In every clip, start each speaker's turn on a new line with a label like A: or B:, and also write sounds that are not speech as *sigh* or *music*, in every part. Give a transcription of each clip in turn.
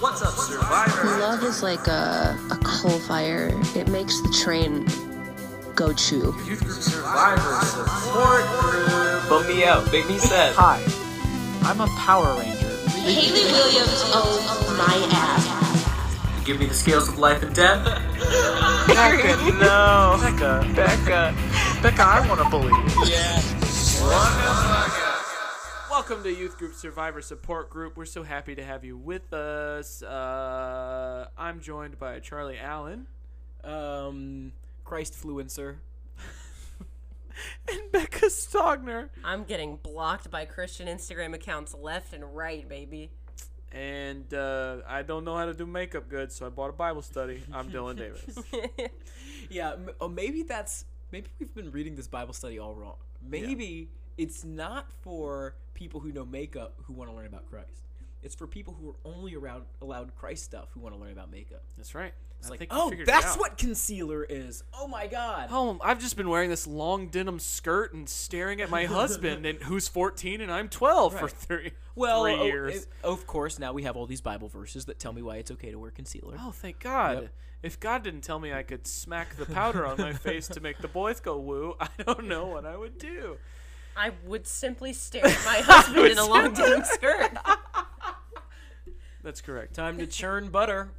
A: What's up, Survivor?
B: Love is like a, a coal fire. It makes the train go choo.
A: Youth Group Survivor Support Group.
C: Bump me out. Make me sad.
D: Hi, I'm a Power Ranger.
B: Haley Williams owns my ass.
C: Give me the scales of life and death.
D: Becca, *laughs* no. Becca,
C: Becca.
D: Becca, I want to believe.
E: Welcome to Youth Group Survivor Support Group. We're so happy to have you with us. Uh, I'm joined by Charlie Allen
F: Um, *laughs* Christfluencer.
E: and Becca Stogner.
G: I'm getting blocked by Christian Instagram accounts left and right, baby.
E: And uh, I don't know how to do makeup good, so I bought a Bible study. I'm Dylan *laughs* Davis.
F: Yeah, m- oh, maybe that's maybe we've been reading this Bible study all wrong. Maybe it's not for people who know makeup who want to learn about Christ. It's for people who are only around allowed Christ stuff who want to learn about makeup.
E: That's right.
F: It's
E: I
F: like,
E: think we
F: oh,
E: figured it
F: that's
E: out.
F: what concealer is. Oh my God.
E: Oh, I've just been wearing this long denim skirt and staring *laughs* at my husband, and who's 14 and I'm 12 for
F: Right.
E: three,
F: well,
E: three
F: oh,
E: years.
F: it- of course, now we have all these Bible verses that tell me why it's okay to wear concealer.
E: Oh, thank God.
F: Yep.
E: If God didn't tell me I could smack the powder on my face to make the boys go woo, *laughs* I don't know what I would do.
G: I would simply stare at
F: *laughs*
G: my husband in a long denim skirt.
E: That's correct.
F: Time
E: *laughs*
F: to churn butter.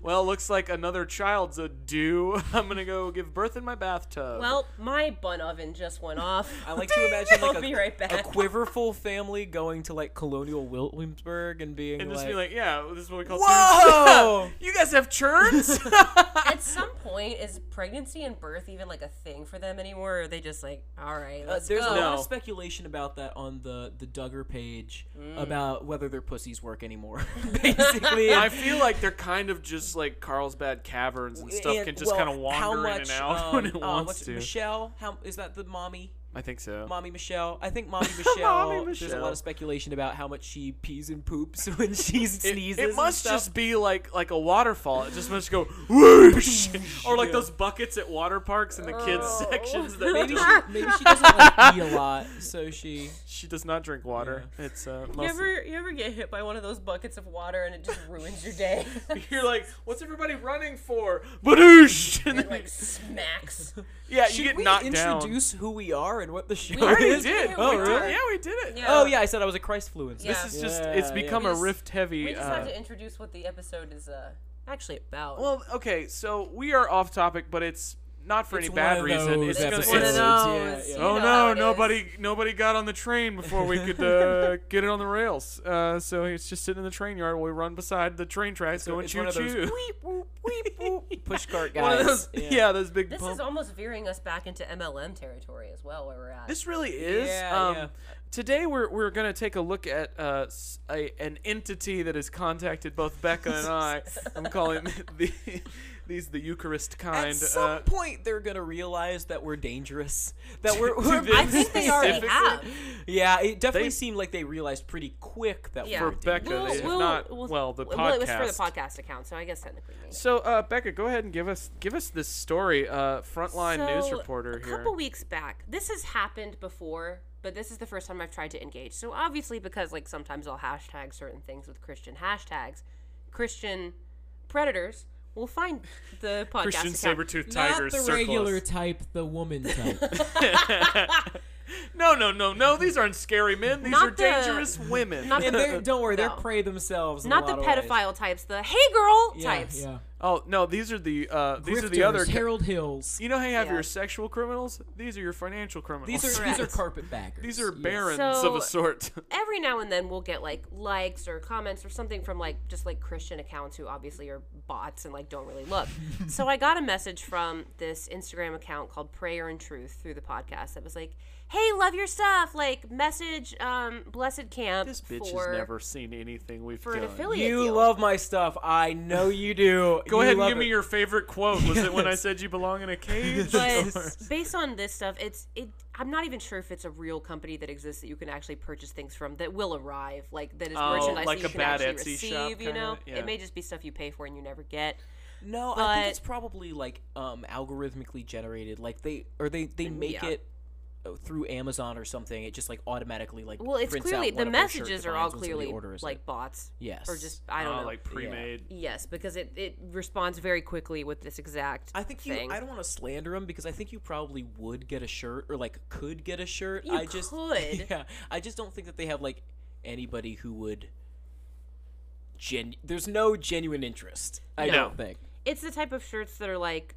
E: Well, looks like another child's a due. *laughs* I'm going to go give birth in my bathtub.
G: Well, my bun oven just went off.
F: I like to
G: *laughs*
F: imagine like
G: I'll
F: a,
G: be right back.
F: a quiverful family going to like colonial Williamsburg and being
E: and
F: like,
E: just be like, yeah, this is what we
F: *laughs*
E: call
F: "Whoa!"
E: you guys
F: *laughs*
E: have churns? *laughs*
G: At some point, is pregnancy and birth even like a thing for them anymore? Or are they just like, all right,
F: Uh,
G: let's
F: there's
G: go?
F: a lot
E: No.
F: of speculation about that on the the Duggar page
E: Mm.
F: about whether their pussies work anymore.
E: *laughs*
F: *laughs* Basically,
E: I
F: and-
E: feel like they're kindnd of just like Carlsbad caverns and stuff
F: and-
E: can just
F: well,
E: kind of wander
F: how much,
E: in and out *laughs*
F: um,
E: when it
F: uh,
E: wants
F: what's-
E: to.
F: Michelle, how is that the mommy?
E: I think so.
F: Mommy Michelle. I think
E: *laughs*
F: mommy Michelle. There's a
E: Michelle.
F: lot of speculation about how much she pees and poops *laughs* when she
E: It-
F: sneezes.
E: It,
F: and
E: must
F: stuff.
E: just be like like a waterfall. It
F: *laughs*
E: just must go *laughs* whoosh, or like those buckets at water parks in the kids
G: Oh.
E: sections
F: *laughs*
E: that
F: maybe
E: maybe *laughs*
F: she maybe she doesn't like pee a lot, so she
E: she does not drink water. It's uh,
G: You
E: mostly.
G: ever, you ever get hit by one of those buckets of water and it just ruins your day?
E: *laughs*
F: *laughs*
G: *laughs*
E: You're like, what's everybody running for? Badoosh! *laughs*
F: *laughs*
E: And
G: it
E: then,
G: like *laughs* smacks.
E: yeah,
F: Should
E: you get
F: we
E: knocked *laughs* down.
F: introduce who we are and what the show
G: already
E: We
F: is?
E: did.
G: Yeah,
E: Oh,
G: we
E: really?
G: did.
E: Yeah, we did it.
G: Yeah.
F: Oh yeah, I said I was a Christ fluencer.
G: Yeah.
E: This is just,
F: Yeah,
E: it's
F: yeah.
E: become
G: We
E: a
G: just-
E: rift heavy.
G: We just
E: uh,
G: have to introduce what the episode is uh, actually about.
E: Well, okay, so we are off topic, but it's not for
F: It's
E: any
F: one
E: bad
F: of
E: reason.
F: those
E: It's gonna.
F: episodes.
G: one of
E: it's-
G: those.
F: yeah, yeah.
G: you know
E: Oh
G: how
E: no!
G: it is.
E: Nobody, nobody got on the train before we could
G: *laughs*
E: uh, get it on the rails. Uh, so it's just sitting in the train yard. while We run beside the train tracks going
F: it's
E: choo
F: one of those
E: choo.
F: *laughs* push cart
E: *laughs* One of
F: guys.
E: those, yeah. those big
G: This
E: bump-
G: is almost veering us back into MLM territory as well, where we're at.
E: This really is.
F: Yeah,
E: um,
F: yeah.
E: Today we're we're gonna take a look at uh, s- a, an entity that has contacted both Becca and
G: *laughs*
E: I. I'm calling the *laughs* these the Eucharist kind.
F: At some
E: uh,
F: point, they're gonna realize that we're dangerous.
E: *laughs*
F: That we're. we're
E: this
G: I think they already
E: specifically-
G: have.
F: yeah, it definitely
E: They-
F: seemed like they realized pretty quick that
G: Yeah.
F: we're
E: for
G: Well,
E: Becca,
F: dangerous.
E: they have not. Well, the podcast.
G: well, it was for the podcast account, so I guess technically. maybe.
E: So, uh, Becca, go ahead and give us give us this story. Uh, frontline news
G: So,
E: reporter
G: a
E: here.
G: couple weeks back, this has happened before, but this is the first time I've tried to engage. So obviously, because like sometimes I'll hashtag certain things with Christian hashtags, Christian predators will find
E: *laughs*
G: the podcast
E: Christian
G: account.
E: saber-toothed tigers circle us.
F: type, the woman type. *laughs*
E: No, no, no, no. These aren't scary men. These
G: Not
E: are
G: the-
E: dangerous women.
G: not
F: and they're, don't worry,
G: No.
F: they're prey themselves. in a
G: Not the
F: lot of ways.
G: pedophile types, the hey girl
F: Yeah,
G: types.
F: yeah.
E: oh no, these are the uh, these are the
F: Grifters,
E: other. ca-
F: Harold Hills.
E: you know how you have
G: Yeah.
E: your sexual criminals? These are your financial criminals.
F: These are
G: Correct.
F: these are carpetbaggers.
E: these are
F: Yes.
E: barons
G: So-
E: of a sort. *laughs*
G: every now and then we'll get like likes or comments or something from like just like Christian accounts who obviously are bots and like don't
F: *laughs*
G: really look. so I got a message from this Instagram account called Prayer and Truth through the podcast that was like, "Hey, love your stuff. Like message um Blessed Camp
E: this bitch
G: for
E: has never seen anything we've
G: for an
E: done.
G: affiliate
F: You
G: deal."
F: love my stuff. I know you do.
E: *laughs* Go
F: You
E: ahead and
F: love
E: give me
F: it.
E: your favorite quote. Was it when I said you belong *laughs* in a cage? Or-
G: but based on this stuff, it's it. I'm not even sure if it's a real company that exists that you can actually purchase things from that will arrive, like that is
E: Oh,
G: merchandise
E: like
G: that
E: a
G: you can
E: bad
G: actually
E: Etsy
G: receive.
E: shop
G: you know,
E: kinda, yeah.
G: it may just be stuff you pay for and you never get.
F: No, I
G: but-
E: Mm,
F: think it's probably like um algorithmically generated. Like they or they they make
G: yeah.
F: it through Amazon or something, it just like automatically like
G: Well, it's
F: prints out
G: clearly
F: one
G: the
F: of their shirt
G: messages are
F: designs
G: all
F: when somebody
G: clearly
F: orders it.
G: like bots.
F: Yes.
G: Or just I don't
E: Oh,
G: know.
E: like pre-made.
G: yes, because it, it responds very quickly with this exact
F: I think you.
G: thing.
F: I don't want to slander him because I think you probably would get a shirt or like could get a shirt.
G: You
F: I just *laughs*
G: could.
F: Yeah, I just don't think that they have like anybody who would. Gen. There's no genuine interest. I
G: No.
F: don't think.
G: it's the type of shirts that are like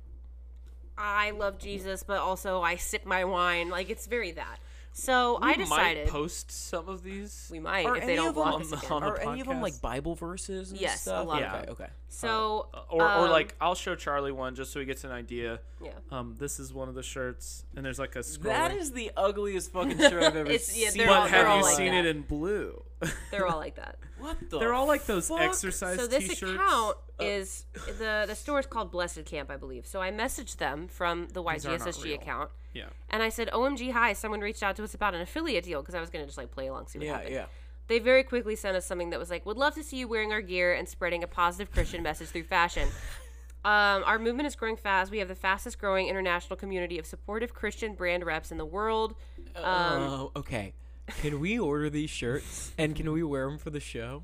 G: I love Jesus, but also I sip my wine. Like it's very that. So I decided
E: might post some of these.
G: we might
F: Are
G: if
F: any
G: they don't
F: of Um, them *laughs*
G: block
E: on
G: us
E: the-
G: again.
E: on a
F: Are any of them
E: podcast.
F: like Bible verses? And
G: Yes, a
F: stuff?
G: lot
E: of
F: okay,
E: them.
F: Okay.
G: So
E: *laughs* or, or
G: um,
E: like I'll show Charlie one just so he gets an idea.
G: yeah.
E: Um, this is one of the shirts, and there's like a scrolling.
F: That is the ugliest fucking
G: *laughs*
F: shirt I've ever
G: It's- yeah,
F: seen.
G: they're all-
E: but
G: they're
E: have you
G: like
E: seen
G: that.
E: it in blue? *laughs*
G: They're all like that.
F: What the?
E: They're all like those
F: fuck?
E: exercise
G: so this
E: t-shirts. Uh,
G: account is the the store is called Blessed Camp, I believe. So I messaged them from the
E: are not
G: YGSSG
E: real.
G: account,
E: yeah.
G: and I said, "OMG, hi! Someone reached out to us about an affiliate deal because I was gonna just like play along, see what
F: Yeah,
G: happened."
F: yeah.
G: They very quickly sent us something that was like, "Would love to see you wearing our gear and spreading a positive Christian message
F: *laughs*
G: through fashion." Um, our movement is growing fast. We have the fastest growing international community of supportive Christian brand reps in the world. Um,
F: Oh, okay. Can we order these shirts and can we wear them for the show?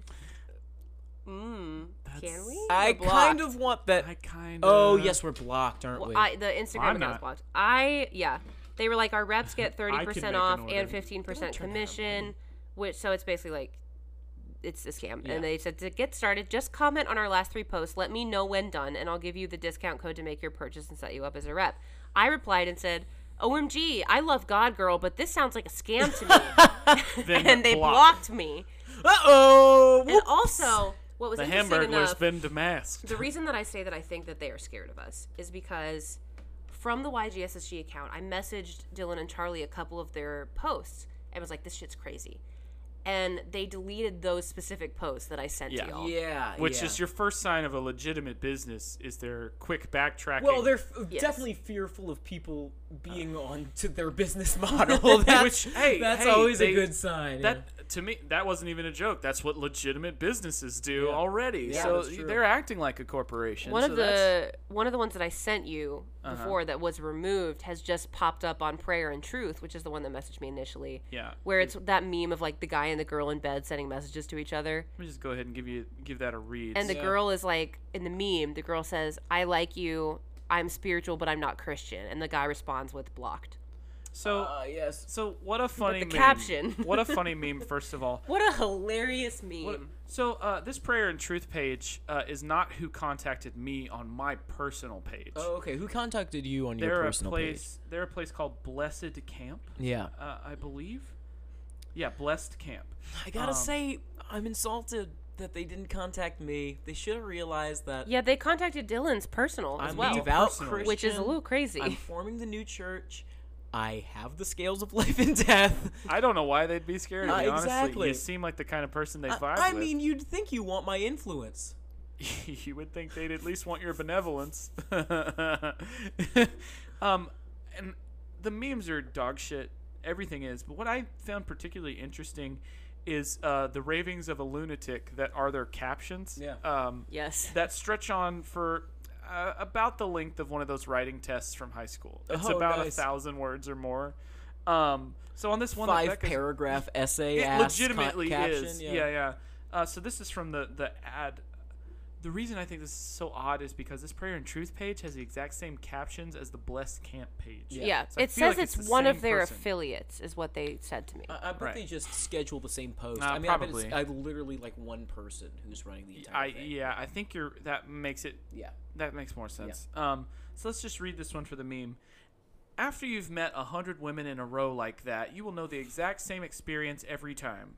G: Mm, can we?
F: I
G: We're blocked.
F: kind of want that.
E: I kind of.
F: Oh yes, we're blocked, aren't
G: Well,
F: we?
G: I, the Instagram
E: I'm
G: account
E: not.
G: is blocked. I yeah, they were like our
E: *laughs*
G: reps get
E: can
G: thirty
E: make an
G: percent off
E: order.
G: and fifteen percent commission, which so it's basically like it's a scam. And they said to get started, just comment on our last three posts. Let me know when done, and I'll give you the discount code to make your purchase and set you up as a rep. I replied and said. OMG, I love God Girl, but this sounds like a scam to me.
E: *laughs* Then
G: *laughs* and they
E: blocked.
G: blocked me.
F: Uh oh.
G: And also, what was
E: The
G: interesting
E: Hamburglar's
G: enough,
E: been demasked.
G: the reason that I say that I think that they are scared of us is because from the YGSSG account, I messaged Dylan and Charlie a couple of their posts and was like, this shit's crazy. And they deleted those specific posts that I sent
E: Yeah.
G: to y'all.
F: Yeah.
E: Which
F: yeah.
E: is your first sign of a legitimate business is their quick backtracking.
F: Well, they're f-
G: Yes.
F: definitely fearful of people being on to their *laughs* business model. Uh. That's,
E: *laughs* Which, hey,
F: that's
E: hey,
F: always
E: they-
F: a good sign. yeah.
E: That to me, that wasn't even a joke. That's what legitimate businesses do already.
F: Yeah,
E: so
F: that's true.
E: they're acting like a corporation.
G: One
E: so
G: of
E: that's-
G: the one of the ones that I sent you
E: Uh-huh.
G: before that was removed has just popped up on Prayer and Truth, which is the one that messaged me initially.
E: Yeah.
G: Where it's that meme of like the guy and the girl in bed sending messages to each other.
E: Let me just go ahead and give you give that a read.
G: And the girl is like, in the meme, the girl says, I like you. I'm spiritual, but I'm not Christian. And the guy responds with blocked.
E: so
F: Uh, yes.
E: so what a funny
G: the
F: *laughs*
E: meme.
G: caption.
E: what a funny meme. First of all,
G: What a hilarious meme.
E: So uh, this prayer and truth page uh, is not who contacted me on my personal page.
F: Oh, okay. Who contacted you on your
E: they're a
F: personal
E: place. They're a place called Blessed Camp,
F: page? Yeah.
E: uh, I believe. Yeah, Blessed Camp.
F: I gotta say, I'm insulted that they didn't contact me. They should have realized that
G: Yeah, they contacted Dylan's personal as
F: I'm
G: well,
F: a devout
E: personally.
F: Christian.
G: which is a little crazy.
F: I'm forming the new church. I have the scales of life and death.
E: I don't know why they'd be scared
F: *laughs*
E: of
F: Uh,
E: me. Honestly,
F: exactly.
E: you seem like the kind of person they
F: *laughs*
E: vibe
F: I, I
E: with.
F: mean, you'd think you want my influence.
E: *laughs* you would think they'd at least want your benevolence. *laughs* um, and the memes are dog shit. Everything is. But what I found particularly interesting is uh, the ravings of a lunatic that are their captions.
F: Yeah.
E: Um,
G: yes.
E: that stretch on for uh, about the length of one of those writing tests from high school. It's
F: Oh,
E: about
F: nice.
E: a thousand words or more. Um, so on this one, that
F: Five
E: Becca's- *laughs*
F: paragraph essay.
E: it
F: ass
E: legitimately
F: ca- caption,
E: is.
F: Yeah.
E: Yeah, yeah. Uh, so this is from the the ad. The reason I think this is so odd is because this prayer and truth page has the exact same captions as the blessed camp page.
G: Yeah.
E: So I
G: it
E: feel
G: says
E: like
G: it's,
E: it's the
G: one
E: same
G: of their
E: person. Uh,
G: affiliates, is what they said to me.
F: I, I bet
E: Right.
F: they just schedule the same post.
E: Uh,
F: I mean, I
E: probably.
F: bet it's I literally like one person who's running the entire
E: I
F: thing.
E: yeah, I think you're that makes it
F: yeah.
E: that makes more sense. Um, so let's just read this one for the meme. After you've met a hundred women in a row like that, you will know the exact same experience every time.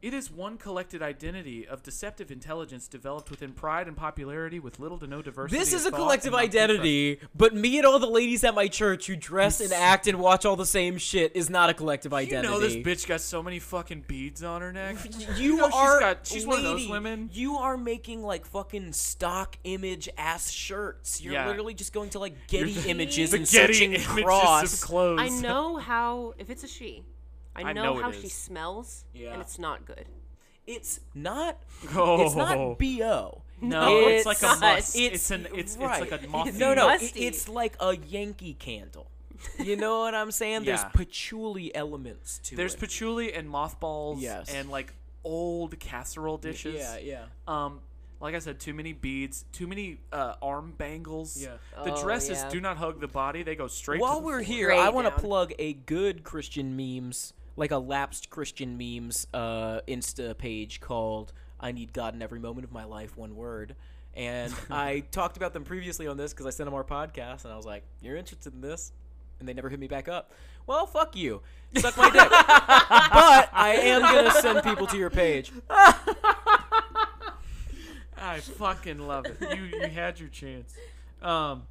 E: It is one collected identity of deceptive intelligence developed within pride and popularity with little to no diversity.
F: This
E: of
F: is a
E: thought
F: collective
E: and not different-
F: identity, but me and all the ladies at my church who dress and act and watch all the same shit is not a collective identity.
E: You know this bitch got so many fucking beads on her neck.
F: *laughs* You
E: know she's
F: are
E: got- she's one of those
F: lady,
E: women.
F: You are making like fucking stock image ass shirts. You're
E: Yeah.
F: literally just going to like Getty images
E: the
F: and
E: Getty
F: searching
E: images
F: cross.
E: of clothes.
G: I know how, if it's a she, I
E: I
G: know,
E: know it
G: how
E: is.
G: she smells,
F: Yeah.
G: and it's not good.
F: it's not.
E: Oh.
F: It's not bo.
E: No, it's,
G: It's
E: like a
G: not.
E: must. It's,
F: It's,
E: an.
F: *laughs*
E: It's,
F: right.
E: it's like a moth.
F: No, no, it-
G: Musty.
F: it's like a Yankee candle. You know what I'm saying? There's
E: Yeah.
F: patchouli elements to
E: There's
F: it.
E: patchouli and mothballs
F: Yes.
E: and like old casserole dishes.
F: Yeah, yeah.
E: Um, like I said, too many beads, too many uh, arm bangles.
F: Yeah.
E: The
G: Oh,
E: dresses
G: yeah.
E: do not hug the body; they go straight. to
F: While
E: the
F: we're
E: floor.
F: here,
G: Straight
F: I want to
G: down.
F: plug a good Christian memes, like a lapsed Christian memes uh, Insta page called "I Need God in Every Moment of My Life." One word.
E: *laughs*
F: And I talked about them previously on this because I sent them our podcast, and I was like, "You're interested in this?" And they never hit me back up. Well, fuck you. Suck my dick. but I am gonna send people to your page.
E: I fucking love it. You you had your chance. Um,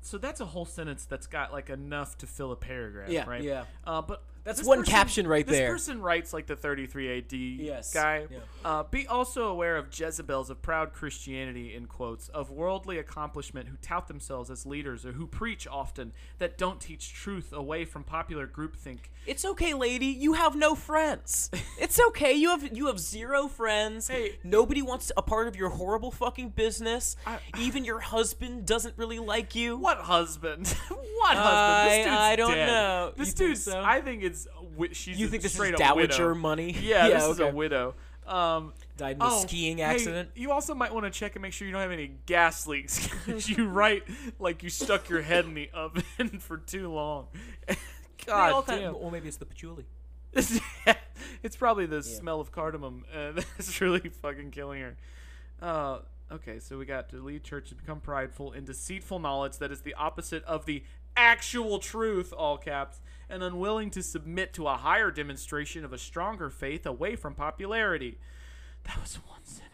E: so that's a whole sentence that's got like enough to fill a paragraph,
F: Yeah,
E: right?
F: yeah.
E: Uh, but
F: That's
E: this
F: one
E: person-
F: caption right
E: this
F: there.
E: person writes like the 33 AD
F: Yes,
E: guy.
F: yeah.
E: Uh, be also aware of Jezebels of proud Christianity, in quotes, of worldly accomplishment who tout themselves as leaders or who preach often that don't teach truth away from popular groupthink.
F: It's okay, lady. You have no friends. It's okay. You have you have zero friends.
E: Hey.
F: Nobody wants a part of your horrible fucking business. *sighs*
E: I-
F: Even your husband doesn't really like you.
E: What husband? *laughs* what husband?
F: I-
E: this dude's
F: I don't
E: dead.
F: know.
E: This
F: You think
E: dude's.
F: so?
E: I think it's. wi- She's.
F: You
E: a-
F: think this
E: straight
F: is
E: up
F: dowager
E: widow.
F: money?
E: Yeah, this is a
F: okay.
E: widow. Um,
F: Died in a
E: oh,
F: skiing
E: hey,
F: accident.
E: you also might want to check and make sure you don't have any gas leaks *laughs* 'cause
F: *laughs*
E: you write like you stuck your head in the oven *laughs* for too long.
F: They all
E: God
F: kind
E: damn.
F: of- well, maybe it's the patchouli.
E: *laughs* it's probably the smell of cardamom uh, *laughs* that's really fucking killing her. Uh, okay, so we got to lead church to become prideful in deceitful knowledge that is the opposite of the actual truth, all caps, and unwilling to submit to a higher demonstration of a stronger faith away from popularity. That was one sentence.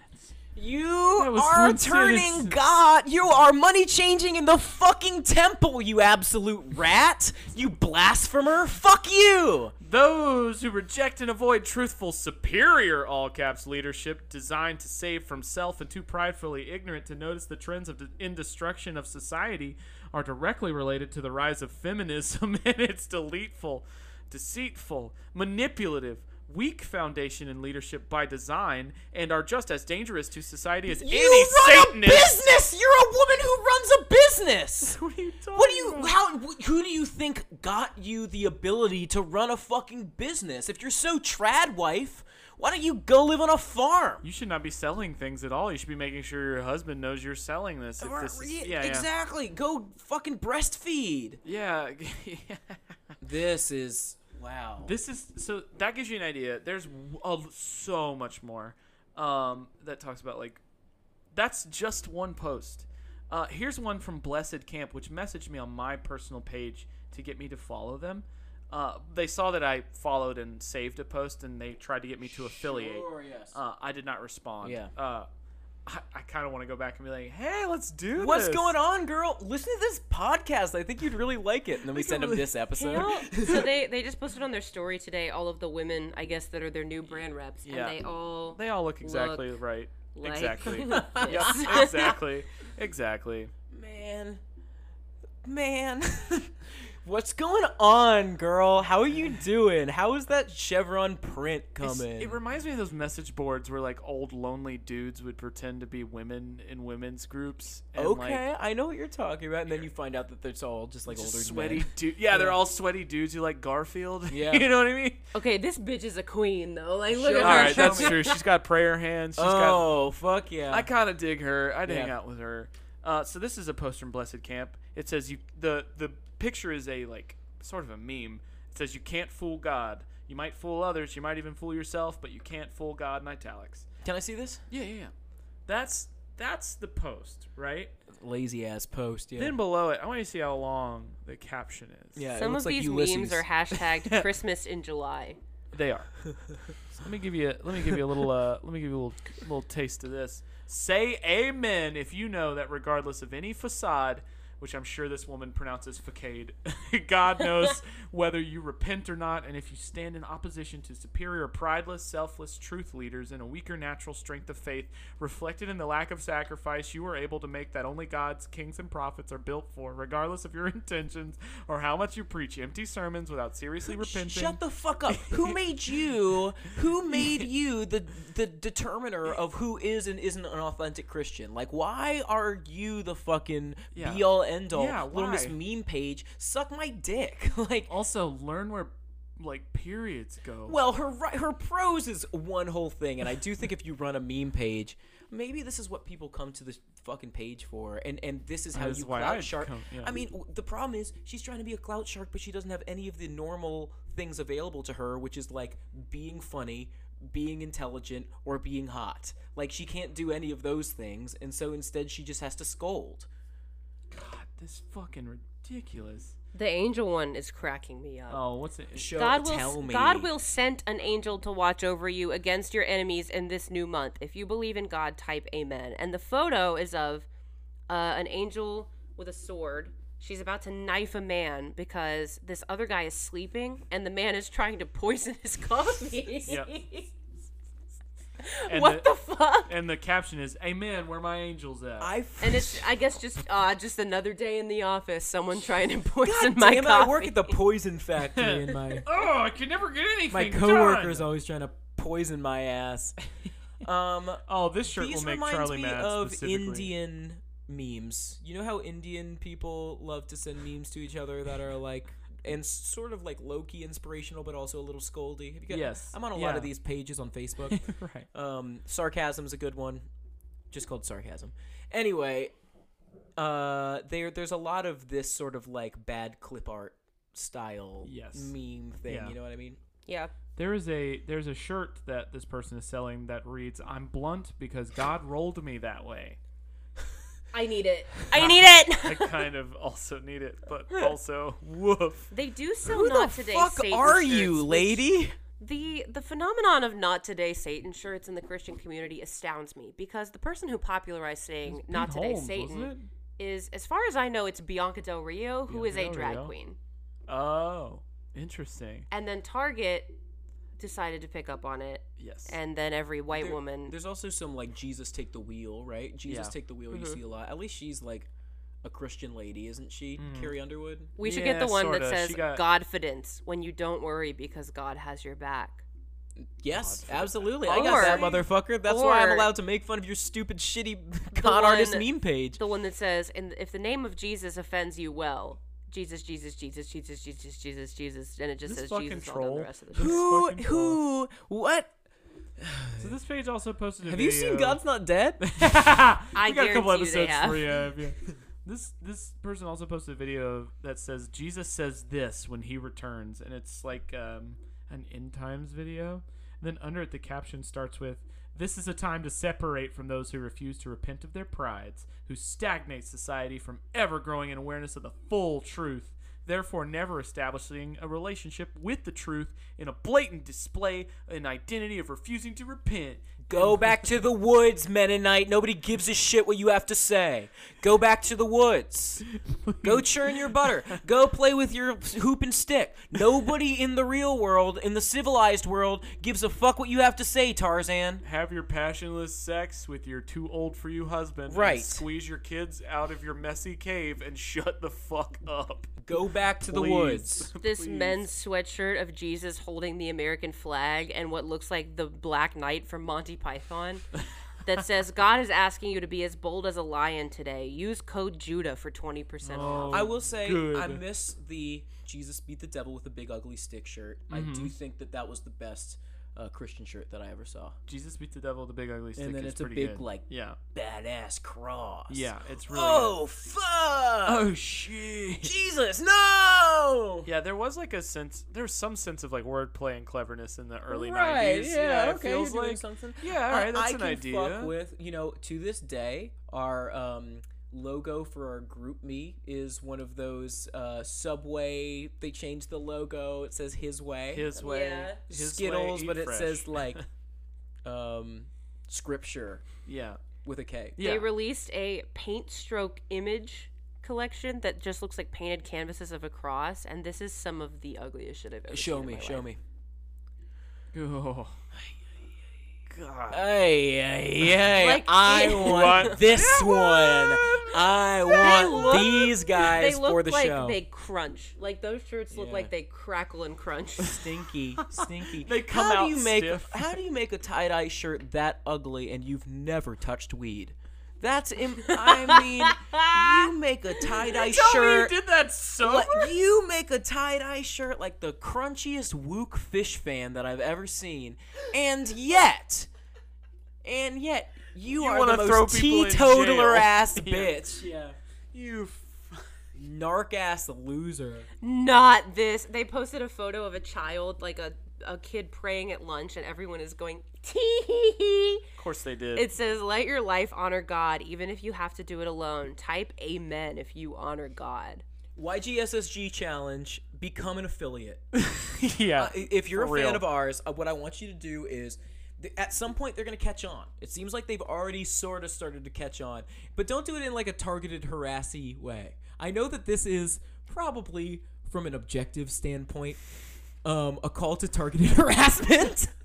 F: You
E: That was
F: are
E: one
F: turning
E: sentence.
F: God. You are money changing in the fucking temple. You absolute rat. You blasphemer. Fuck you.
E: Those who reject and avoid truthful, superior all caps leadership designed to save from self and too pridefully ignorant to notice the trends of the indestruction of society are directly related to the rise of feminism *laughs* and its deleteful, deceitful, manipulative, weak foundation in leadership by design and are just as dangerous to society as any
F: you run a
E: Satanist.
F: business. You're a woman who runs a business.
E: *laughs* What are you talking
F: What do you?
E: about?
F: How? wh- Who do you think got you the ability to run a fucking business? If you're so trad wife, why don't you go live on a farm?
E: You should not be selling things at all. You should be making sure your husband knows you're selling this. If this is, yeah, yeah.
F: exactly. Go fucking breastfeed.
E: Yeah. *laughs*
F: This is wow.
E: this is so that gives you an idea. There's w- a, so much more um, that talks about like that's just one post. Uh, here's one from Blessed Camp, which messaged me on my personal page to get me to follow them. Uh, they saw that I followed and saved a post, and they tried to get me to affiliate.
F: yes.
E: Uh, I did not respond.
F: Yeah.
E: Uh, I, I kind of want to go back and be like, "Hey, let's do
F: What's
E: this."
F: going on, girl? Listen to this podcast. I think you'd really like it. And then we send them
E: really-
F: this episode.
G: Well, *laughs*
E: *laughs*
G: so they they just posted on their story today all of the women I guess that are their new brand reps
E: Yeah.
G: and they all
E: They all look exactly right.
G: like
E: exactly.
G: this.
E: yep. Exactly. Exactly.
F: Man. Man. *laughs* What's going on, girl? How are you doing? How is that Chevron print
E: It's-
F: coming?
E: It reminds me of those message boards where like old lonely dudes would pretend to be women in women's groups. And,
F: okay,
E: Like,
F: I know what you're talking about. And then you find out that it's all just like older
E: just sweaty
F: men.
E: dude. *laughs* Yeah, they're all sweaty dudes who like Garfield. *laughs*
F: Yeah.
E: you know what I mean.
G: Okay, this bitch is a queen though. Like look
F: Sure.
G: at her.
E: All right,
F: show
E: that's
F: me.
E: true. She's got prayer hands. She's
F: *laughs*
E: got
F: Oh, fuck yeah.
E: I kind of dig her. I'd hang
F: Yeah.
E: out with her. Uh, so this is a post from Blessed Camp. It says you the the picture is a like sort of a meme. It says you can't fool God. You might fool others. You might even fool yourself, but you can't fool God in italics.
F: Can I see this?
E: Yeah, yeah, yeah. That's that's the post, right?
F: Lazy ass post. Yeah.
E: Then below it, I want you to see how long the caption is.
F: yeah it
G: Some
F: looks
G: of
F: like
G: these memes
F: Ulysses. *laughs*
G: are hashtagged Christmas in July.
E: They are. So let me give you. A, let me give you a little. Uh, let me give you a little, little taste of this. Say amen if you know that regardless of any facade, which I'm sure this woman pronounces facade, *laughs* God
F: *laughs*
E: knows whether you repent or not, and if you stand in opposition to superior, prideless, selfless truth leaders and a weaker natural strength of faith reflected in the lack of sacrifice you are able to make that only God's kings and prophets are built for, regardless of your *laughs* intentions or how much you preach empty sermons without seriously repenting.
F: Shut the fuck up. Who
E: *laughs*
F: made you? Who made you the the determiner of who is and isn't an authentic Christian? Like, why are you the fucking
E: Yeah.
F: be all end all.
E: Yeah,
F: Little Miss
E: why?
F: Meme page, suck my dick. *laughs* like,
E: Also, learn where like periods go.
F: well, her ri- her prose is one whole thing, and I do think if you run a meme page, maybe this is what people come to this fucking page for, and and this is how
E: This
F: you
E: is why
F: clout
E: I'd
F: shark.
E: come- yeah.
F: I mean, w- the problem is she's trying to be a clout shark, but she doesn't have any of the normal things available to her, which is like being funny, being intelligent, or being hot. Like she can't do any of those things, and so instead she just has to scold.
E: this fucking ridiculous.
G: The angel one is cracking me up.
E: Oh,
F: *laughs*
E: what's it?
F: Show
G: God will
F: tell me.
G: God will send an angel to watch over you against your enemies in this new month. If you believe in God, type amen. And the photo is of uh, an angel with a sword. She's about to knife a man because this other guy is sleeping and the man is trying to poison his coffee. *laughs*
E: Yep. And
G: what the, fuck?
E: And the caption is, "Amen, where my angels at."
G: *laughs*
F: I
G: And it's I guess just uh, just another day in the office, someone trying to poison
F: God
G: my
F: damn it,
G: coffee.
F: I work at the
G: *laughs*
F: poison factory, and my
E: oh, I can never get anything
F: my
E: coworkers.
F: coworker is always trying to poison my ass. Um,
E: Oh, this shirt
F: these
E: will make
F: reminds
E: Charlie
F: me
E: mad.
F: of
E: specifically.
F: Indian memes. You know how Indian people love to send memes to each other that are like and s- sort of like low key inspirational, but also a little scoldy. Have you got,
E: Yes,
F: I'm on a lot
E: yeah.
F: of these pages on
E: *laughs*
F: Facebook.
E: *laughs* right.
F: um, sarcasm's a good one, just called sarcasm. Anyway, uh, there there's a lot of this sort of like bad clip art style
E: Yes.
F: meme thing.
E: Yeah.
F: You know what I mean?
G: yeah.
E: There is a there's a shirt that this person is selling that reads, "I'm blunt because God rolled me that way."
G: I need it. I need it. *laughs*
E: I kind of *laughs* also need it,
F: *laughs*
E: but also woof.
G: They do sell
F: Who
G: not
F: the
G: today.
F: fuck
G: Satan
F: are
G: shirts,
F: you,
G: which-
F: lady?
G: The the phenomenon of not today Satan shirts in the Christian community astounds me because the person who popularized saying not today
E: Holmes,
G: Satan
E: wasn't
G: is, as far as I know, it's Bianca Del Rio, who is
E: Bianca
G: a
E: Del
G: drag
E: Rio.
G: queen,
E: it? Oh, interesting.
G: and then Target decided to pick up on it,
E: Yes.
G: and then every white
F: There-
G: woman.
F: There's also some like Jesus take the wheel, right? Jesus
E: Yeah.
F: take the wheel. You see a lot. At least she's like a Christian lady, isn't she? Carrie Underwood.
G: We should get
E: Yeah,
G: the one that
E: sorta.
G: says
E: She got-
G: "Godfidence" when you don't worry because God has your back.
F: Yes, absolutely. I got that
G: Or-
F: motherfucker. That's why I'm
G: or-
F: allowed to make fun of your stupid, shitty con artist
G: one-
F: meme page.
G: The one that says, "And if the name of Jesus offends you, well." Jesus, Jesus, Jesus, Jesus, Jesus, Jesus, Jesus, and it just
E: This
G: says
E: fucking
G: Jesus all down the
E: troll.
G: rest of
E: *laughs*
G: the
E: Who-
F: Who?
E: fucking
F: Who? What?
E: so this page also posted. A
F: Have you seen
E: video-
F: God's Not *laughs* Dead?
E: *laughs* I
G: guarantee you they have.
E: for you. yeah. This this person also posted a video that says Jesus says this when he returns, and it's like um, an end times video. And then under it, the caption starts with, "This is a time to separate from those who refuse to repent of their prides, who stagnate society from ever growing in awareness of the full truth." Therefore, never establishing a relationship with the truth in a blatant display, an identity of refusing to repent.
F: Go back to the woods, Mennonite. Nobody gives a shit what you have to say. Go back to the woods. Go churn your butter. Go play with your hoop and stick. Nobody in the real world, in the civilized world, gives a fuck what you have to say, Tarzan.
E: have your passionless sex with your too old for you husband. and
F: Right.
E: squeeze your kids out of your messy cave and *laughs* shut the fuck up.
F: Go back to the
E: Please.
F: woods.
G: this men's sweatshirt of Jesus holding the American flag and what looks like the Black Knight from Monty Python that says God is asking you to be as bold as a lion today. Use code Judah for 20% off.
F: I will say
E: Oh, good.
F: I miss the Jesus beat the devil with a big ugly stick shirt. I
E: Mm-hmm.
F: do think that that was the best uh, Christian shirt that I ever saw.
E: Jesus beat the devil. The big ugly stick.
F: then
E: is
F: it's a
E: pretty
F: big,
E: good.
F: like,
E: yeah,
F: Badass cross.
E: yeah. It's really. good.
F: Oh fuck!
E: Oh shit.
F: Jesus, no!
E: Yeah, there was like a sense. There was some sense of like wordplay and cleverness in the early
F: right,
E: 90s.
F: Yeah,
E: it
F: okay,
E: feels
F: you're doing
E: like
F: something.
E: yeah, all
F: I-
E: right, that's
F: I
E: an
F: can
E: idea.
F: Fuck with you know, to this day, our um, logo for our group me is one of those uh, Subway. They changed the logo. It says His Way.
E: his way,
G: Yeah.
E: his
F: Skittles,
E: way, eat
F: but it
E: fresh.
F: says
E: *laughs*
F: like um, Scripture
E: yeah,
F: with a K.
E: yeah.
G: They released a paint stroke image collection that just looks like painted canvases of a cross, and this is some of the ugliest shit I've ever
F: Show
G: seen in
F: me,
G: my
F: show
G: life.
F: me.
E: *laughs* oh. God.
F: Hey, hey,
E: *laughs*
F: hey.
G: Like,
F: I
G: yeah.
F: want this one. I want
G: look-
F: these
G: They
F: guys
G: look
F: for the
G: like
F: show.
G: they crunch. Like those shirts look
F: Yeah.
G: like they crackle
F: *laughs*
G: and
E: *laughs*
G: crunch.
F: stinky, stinky.
E: They come
F: how
E: out
F: do you make
E: stiff.
F: how do you make a tie dye shirt that ugly and you've never touched weed? That's Im-
E: *laughs*
F: I mean, you make a tie dye shirt.
E: did that so.
F: Like, you make a tie dye shirt like the crunchiest Wook fish fan that I've ever seen, and yet, and yet you, are
E: wanna
F: the
E: throw
F: most
E: people in
F: teetotaler
E: jail.
F: ass
E: *laughs* Yeah.
F: bitch, yeah,
E: You
F: narc ass loser.
G: Not this. They posted a photo of a child, like a, a kid praying at lunch, and everyone is going, tee hee hee.
E: Of course they did.
G: It says, let your life honor God, even if you have to do it alone. Type amen if you honor God.
F: YGSSG challenge: become an affiliate.
E: *laughs* yeah.
F: Uh, if you're a
E: for
F: fan
E: real.
F: of ours, uh, what I want you to do is th- at some point they're going to catch on. It seems like they've already sort of started to catch on, but don't do it in like a targeted harassy way. I know that this is probably from an objective standpoint um, a call to targeted *laughs* harassment. *laughs*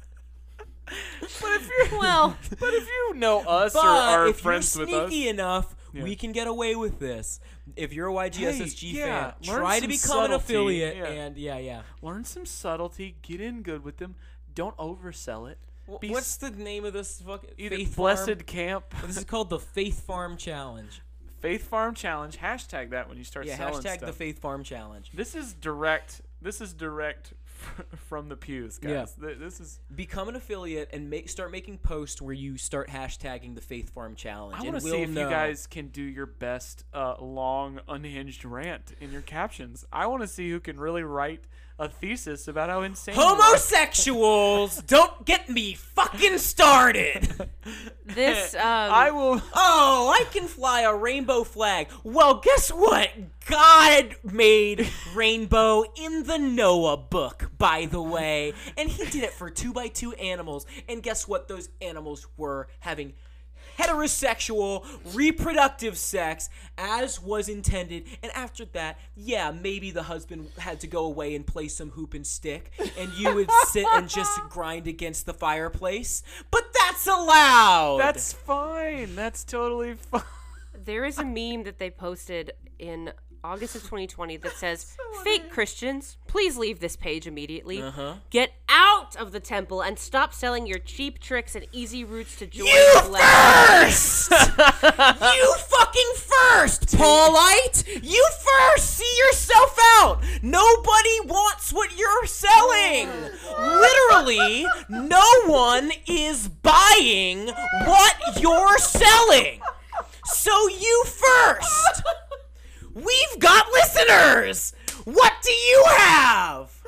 G: Well,
E: but if you know us
F: But
E: or are
F: if you're
E: friends with us,
F: sneaky enough, we can get away with this. If you're a YGSSG
E: Hey, yeah,
F: fan,
E: learn
F: try to
E: some
F: become an
E: subtlety,
F: affiliate.
E: yeah.
F: And yeah, yeah.
E: learn some subtlety, get in good with them, don't oversell it.
F: Wh-
E: Be
F: What's the name of this fucking
E: either
F: Faith Farm?
E: blessed camp,
F: This is called the Faith Farm Challenge.
E: faith farm challenge. Hashtag that when you start
F: Yeah,
E: selling
F: hashtag the
E: stuff.
F: Faith Farm Challenge.
E: this is direct. This is direct f- from the pews,
F: Yeah.
E: guys. Th- This is.
F: Become an affiliate and make start making posts where you start hashtagging the Faith Farm Challenge.
E: I
F: and
E: want to
F: we'll
E: see if
F: know.
E: you guys can do your best uh, long, unhinged rant in your captions. I want to see who can really write a thesis about how insane. you are.
F: homosexuals don't get me fucking started.
G: this. Um,
E: I will.
F: Oh, I can fly a rainbow flag. Well, guess what? God made rainbow in the Noah book, by the way. And he did it for 2 by 2 animals. And guess what those animals were having heterosexual reproductive sex as was intended and after that yeah maybe the husband had to go away and play some hoop and stick and you would sit and just grind against the fireplace but that's allowed
E: That's fine. That's totally fine.
G: There is a meme that they posted in August of 2020 that says, "Fake Christians, please leave this page immediately.
F: Uh-huh.
G: Get out of the temple and stop selling your cheap tricks and easy routes to join."
F: You
G: the blessed."
F: first! *laughs* you fucking first, Paulite! You first! See yourself out! Nobody wants what you're selling! Literally, no one is buying what you're selling! So you first! We've got listeners! What do you have?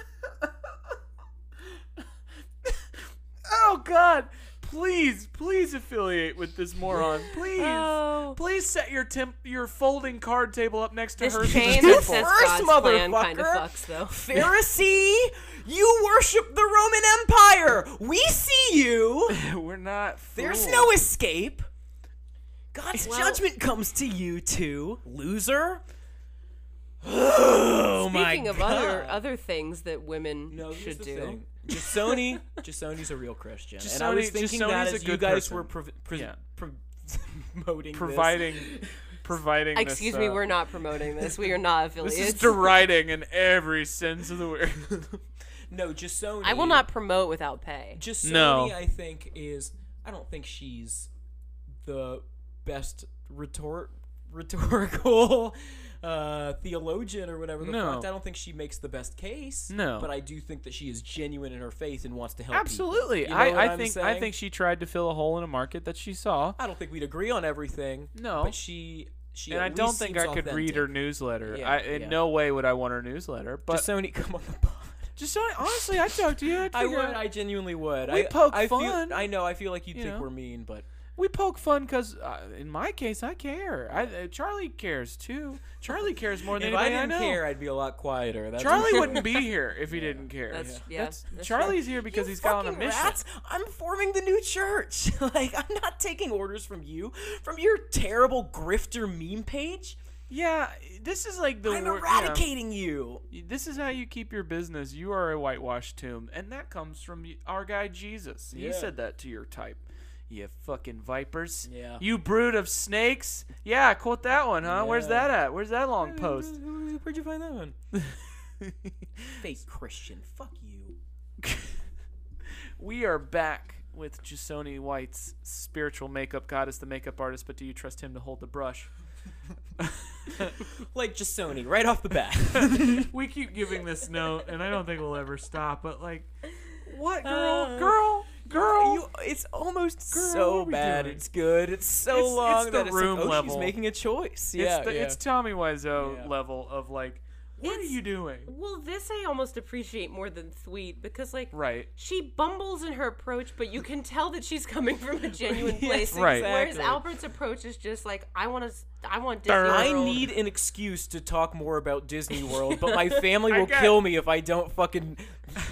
E: Oh God! Please, please affiliate with this *laughs* moron. Please, please set your temp- your folding card table up next to
G: This
E: her.
G: chain
F: You
G: that says
F: first,
G: God's plan kind of
F: motherfucker. Oh
G: fucks though.
F: Pharisee, you worship the Roman Empire. We see you.
E: *laughs* We're not.
F: There's
E: fools.
F: no escape. God's
G: Well-
F: judgment comes to you too, loser. *sighs* Oh my
G: Speaking of
F: God.
G: other other things that women
F: No, here's
G: should
F: the
G: do,
F: thing. *laughs* Jasoni, Jasoni's a real Christian, and I
E: Jasoni-
F: was thinking that
E: Jasoni's a
F: as you
E: good
F: guys
E: person.
F: were prov- pre-
E: Yeah.
F: pro- *laughs* promoting, *laughs* this.
E: providing, providing. this,
G: excuse me,
E: uh,
G: we're not promoting this. We are not
E: This
G: affiliates.
E: is deriding in every sense of the
F: *laughs*
E: word.
F: No, Jasoni.
G: I will not promote without pay.
F: Just
E: No.
F: Sony, I think is I don't think she's the best retort rhetorical *laughs* uh, theologian or whatever the
E: No.
F: fuck. I don't think she makes the best case.
E: No.
F: but I do think that she is genuine in her faith and wants to help. people.
E: Absolutely.
F: You know what
E: I, I
F: I'm
E: think I
F: saying?
E: think she tried to fill a hole in a market that she saw,
F: I don't think we'd agree on everything.
E: No.
F: but she she
E: and
F: at
E: I
F: least
E: don't think I
F: seems
E: could read
F: authentic.
E: her newsletter.
F: Yeah,
E: I, in
F: yeah.
E: no way would I want her newsletter. But
F: Sony, *laughs* come on the pod.
E: just honestly, I talk to you.
F: *laughs*
E: I'd
F: I
E: figure
F: would.
E: out-
F: I genuinely would.
E: We
F: I,
E: poke
F: I feel-
E: fun.
F: I know. I feel like you'd
E: You
F: think
E: know.
F: we're mean, but
E: we poke fun because uh, in my case i care I, uh, charlie cares too charlie cares more than
F: if I
E: anybody
F: didn't
E: know
F: care, I'd be a lot quieter. That's *laughs*
E: charlie wouldn't be here if he didn't care
G: That's yeah. that's fair.
E: charlie's here because
F: You
E: he's got on a
F: fucking
E: mission
F: rats, I'm forming the new church. *laughs* like I'm not taking orders from you, from your terrible grifter meme page.
E: yeah this is like the
F: I'm
E: wor- yeah.
F: eradicating you.
E: this is how you keep your business you are a whitewashed tomb and that comes from y- our guy jesus he
F: Yeah.
E: said that to your type you fucking vipers
F: Yeah.
E: you brood of snakes yeah quote that one huh where's
F: Yeah.
E: that at where's that long post
F: Where'd you find that *laughs* one?
E: *laughs*
F: Fake Christian. Fuck you.
E: we are back with Jasoni White's spiritual makeup. God is the makeup artist, but do you trust him to hold the brush?
F: Like just Sony right off the bat.
E: we keep giving this note, and I don't think we'll ever stop. But like, what girl, *laughs*
G: Uh,
F: *laughs*
E: girl, girl?
F: you, it's almost
E: Girl, what
F: so
E: are we
F: bad.
E: doing?
F: It's good. It's so
E: It's- it's
F: long
E: the
F: that it's like,
E: room
F: oh,
E: level.
F: she's making a choice.
E: it's
F: Yeah,
E: the,
F: yeah.
E: it's Tommy Wiseau
F: Yeah.
E: level of like, what
G: It's-
E: are you doing?
G: Well, this I almost appreciate more than Thweet because, like,
E: Right.
G: she bumbles in her approach, but you can tell that she's
E: *laughs*
G: coming from a genuine place.
E: Right.
G: Whereas
F: exactly.
G: Albert's approach is just like, I want to, I want Disney.
F: I
G: World.
F: need an excuse to talk more about
E: *laughs*
F: Disney World, but my family will
E: got-
F: kill me if I don't fucking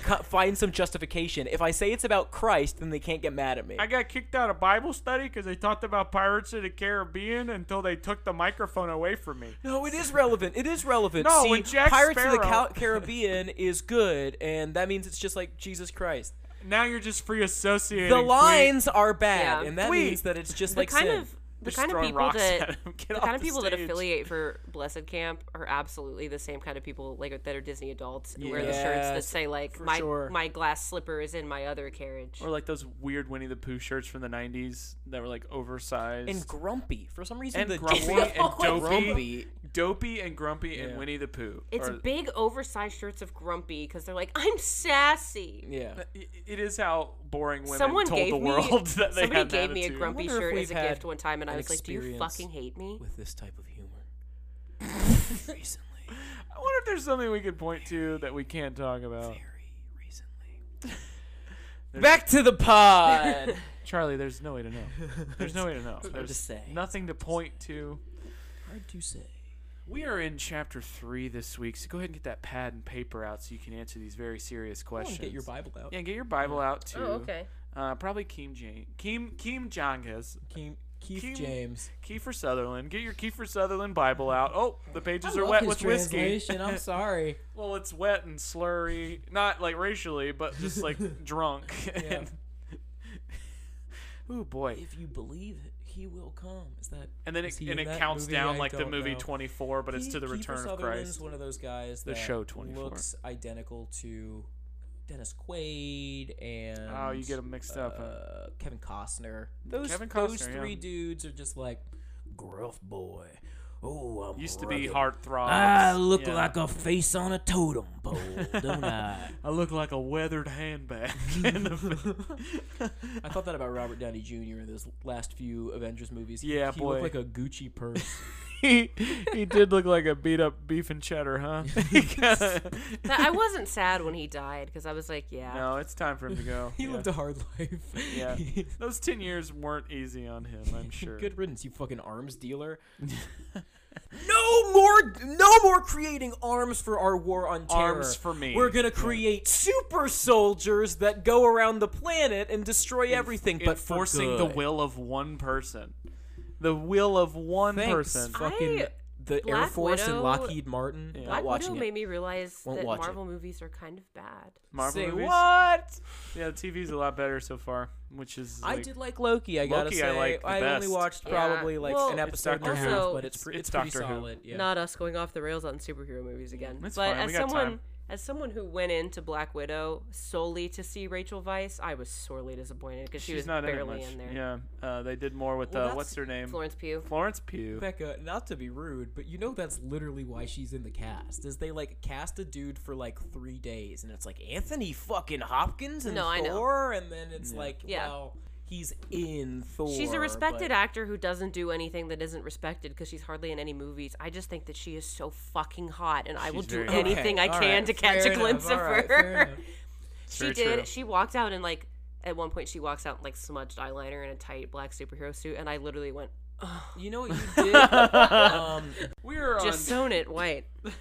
F: co- find some justification. If I say it's about Christ, then they can't get mad at me.
E: I got kicked out of Bible study because they talked about Pirates of the Caribbean until they took the microphone away from me.
F: no, it is relevant. It is relevant.
E: No,
F: See,
E: when Jack
F: Pirates of the
E: Sparrow-
F: Ca- Caribbean is good, and that means it's just like Jesus Christ.
E: Now you're just free associating.
F: The
E: Queen.
F: lines are bad,
G: Yeah.
F: and that
E: Wait.
F: means that it's just
G: the
F: like
G: kind
F: sin.
G: of the
E: Just
G: kind of
E: throwing
G: people
E: rocks
G: that
E: at him. *laughs* Get
G: the
E: off
G: kind of
E: the
G: people that
E: stage.
G: affiliate for Blessed Camp are absolutely the same kind of people like that are Disney adults and wear the shirts that
F: Yes,
G: say like
F: for
G: my
F: sure.
G: my glass slipper is in my other carriage.
E: Or like those weird Winnie the Pooh shirts from the '90s that were like oversized.
F: and grumpy for some reason.
E: And
F: the
E: grumpy
G: *laughs*
F: *laughs* dwarf-
E: and dopey.
F: grumpy.
E: Dopey and Grumpy and Winnie the Pooh.
G: It's
E: are-
G: big oversized shirts of grumpy because they're like I'm sassy.
F: Yeah.
E: i- It is how boring women
G: Someone
E: told
G: gave
E: the
G: *laughs*
E: world *laughs*
G: me
E: that they
G: somebody
E: had
G: gave
E: an
G: me a
E: attitude.
G: grumpy
F: wonder if
G: shirt as
F: we've
G: a
F: had
G: gift one time, and I
F: an
G: was like, "Do you
F: experience
G: fucking hate me?"
F: With this type of
E: *laughs*
F: humor. recently,
E: I wonder if there's something we could point to that we can't talk about.
F: very recently.
E: *laughs*
F: Back to the *laughs* pod.
E: Charlie, there's no way to know. There's no way to
G: *laughs*
E: know. There's
F: to say.
E: nothing to point to.
F: Hard to say.
E: We are in chapter three this week, so go ahead and get that pad and paper out so you can answer these very serious questions.
F: Get your Bible out.
E: Yeah, get your Bible out too.
G: Oh, okay.
E: Uh, probably Keem Jane, Keem Keem Jongas,
F: Keem, Keith
E: Keem-
F: James.
E: Kiefer Sutherland. Get your Kiefer Sutherland Bible out. Oh, the pages are wet with whiskey.
F: I'm
E: *laughs*
F: sorry.
E: Well, it's wet and slurry, not like racially, but
F: *laughs*
E: just like drunk. And... Ooh boy!
F: If you believe it, he will come. Is that?
E: And then
F: is
E: it
F: he
E: and
F: in
E: it
F: that
E: counts
F: movie?
E: down
F: I
E: like the
F: don't
E: movie
F: know.
E: 24, but it's
F: He-
E: to the
F: Kiefer
E: return of
F: Sutherland's
E: Christ.
F: One of those guys.
E: The
F: that
E: show 24.
F: looks identical to Dennis Quaid and
E: Oh, you get 'em mixed up, huh?
F: Uh, Kevin Costner. Those
E: Kevin
F: those
E: Costner, yeah.
F: three dudes are just like gruff boy. Oh, I'm
E: Used to be
F: rugged.
E: heartthrob.
F: I look like a face on a totem pole, don't I?
E: I look like a weathered handbag. *laughs* in the *laughs* fi-
F: *laughs* I thought that about Robert Downey Jr. in those last few Avengers movies. He-
E: Yeah,
F: he
E: boy.
F: looked like a Gucci purse.
E: he he did look like a beat up beef and cheddar,
F: *laughs*
E: huh?
G: *laughs*
E: *laughs*
G: That- I wasn't sad when he died because I was like, "Yeah,
E: no, it's time for him to *laughs* go.
F: *laughs* he
E: yeah.
F: lived a hard life. *laughs*
E: Yeah. *laughs* Those ten years weren't easy on him, *laughs* I'm sure.
F: Good riddance, you fucking arms *laughs* dealer. no more, no more creating arms for our war on terror.
E: Arms for me.
F: We're gonna create super soldiers that go around the planet and destroy everything, but for
E: forcing the
F: good.
E: will of one person. The will of one
F: Thanks,
E: person.
F: fucking
G: I-
F: the Air
G: Black
F: Force and
G: Widow-
F: Lockheed Martin. Not
G: Black
F: watching
G: Widow
F: it.
G: made me realize
F: Won't
G: that
F: watch it.
G: Marvel movies are kind of bad."
E: Marvel
F: Say
E: movies?
F: what?
E: Yeah, the TV's a lot better so far, which is
F: I
E: like-
F: did like Loki. I gotta
E: Loki I
F: say,
E: liked the
F: only
E: best.
F: watched
G: Yeah.
F: probably like
G: Well,
F: an
G: It's
F: episode and a
G: Doctor Who.
F: half, but it's pre- it's,
E: It's
F: pretty
E: Doctor Who.
F: solid. Yeah.
G: not us going off the rails on superhero movies again.
E: It's
G: but
E: fine,
G: as
E: we got
G: someone
E: time.
G: as someone who went into Black Widow solely to see Rachel Vice, I was sorely disappointed because she
E: she's
G: was
E: not in,
G: barely
E: it much.
G: there.
E: Yeah, uh, they did more with
F: Well,
E: uh,
F: that's
E: what's her name?
G: Florence Pugh.
E: Florence Pugh.
F: Becca, not to be rude, but you know that's literally why she's in the cast. Is they like cast a dude for like three days, and it's like Anthony fucking Hopkins and
G: No, I know.
F: Thor, and then it's like,
G: Yeah.
F: well, he's in Thor.
G: She's a respected
F: but-
G: actor who doesn't do anything that isn't respected because she's hardly in any movies. I just think that she is so fucking hot, and I will
E: She's
G: do
E: very hot.
G: anything I
F: Okay, all
G: can
F: right,
G: to catch
F: fair
G: a glimpse
F: enough,
G: of
F: all right,
G: her.
F: fair
G: *laughs*
F: enough.
G: she
E: Very
G: did.
E: true.
G: She walked out in like at one point she walks out in like smudged eyeliner and a tight black superhero suit, and I literally went
F: You know what you did?
G: *laughs*
F: um,
E: We are on
G: just sewn it
F: *laughs*
G: white.
E: *laughs*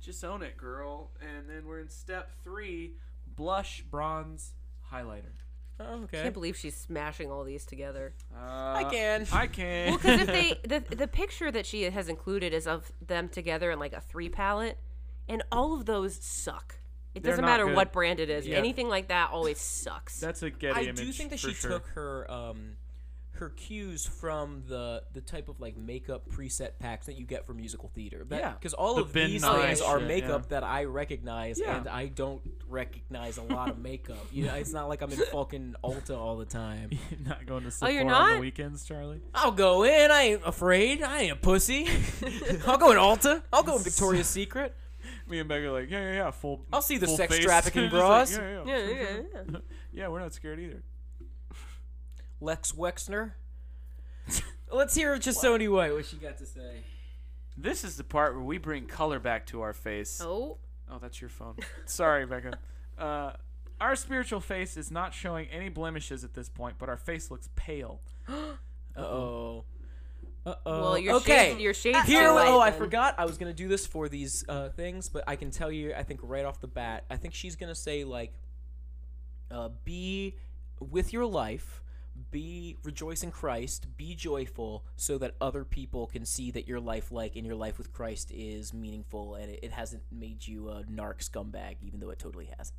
E: just own it, girl. And then we're in step three: blush, bronze, highlighter.
F: oh,
G: I
F: okay.
G: can't believe she's smashing all these together.
E: Uh,
F: I can.
E: I can.
G: Well, because if they the, the picture that she has included is of them together in like a three palette, and all of those suck. It
E: They're
G: doesn't
E: not
G: matter
E: good.
G: what brand it is. Anything like that always
E: *laughs*
G: sucks.
E: That's a Getty
F: I
E: image *laughs*
F: do think that
E: for
F: she
E: sure.
F: took her um her cues from the the type of like makeup preset packs that you get from musical theater. That,
E: Yeah.
F: because all
E: The
F: of
E: Ben
F: these
E: Nye
F: things are
E: shit,
F: makeup
E: yeah.
F: that I recognize,
E: Yeah.
F: and I don't recognize a lot of makeup. You know, it's not like
E: *laughs*
F: I'm in fucking Ulta all the time.
E: not going to
G: Oh,
E: Sephora
G: you're
E: on
G: not?
E: the weekends, Charlie.
F: I'll go in. I ain't afraid. I ain't a pussy.
E: *laughs*
F: I'll go in Ulta. I'll go in Victoria's Secret.
E: Me and Meg are like, yeah, yeah, yeah, full.
F: I'll see the
E: full
F: sex
E: face. *laughs*
F: trafficking
E: Just
F: bras.
E: Like, yeah, yeah,
G: Yeah,
E: yeah.
G: yeah, yeah.
E: Yeah, we're not scared either.
F: Lex
E: *laughs*
F: Wexner. Let's hear it just so anyway what she got to say.
E: This is the part where we bring color back to our face.
G: *laughs* Oh,
E: Oh, that's your phone. Sorry, Becca. Uh, our spiritual face is not showing any blemishes at this point, but our face looks pale.
F: Uh oh. Uh oh.
G: well, your
F: okay.
G: shades, your shades.
F: Here,
G: too light,
F: oh, I
G: then.
F: forgot. I was gonna do this for these uh, things, but I can tell you, I think right off the bat, I think she's gonna say like, uh, "Be with your life, be rejoice in Christ, be joyful, so that other people can see that your life, like in your life with Christ, is meaningful and it, it hasn't made you a narc scumbag, even though it totally has."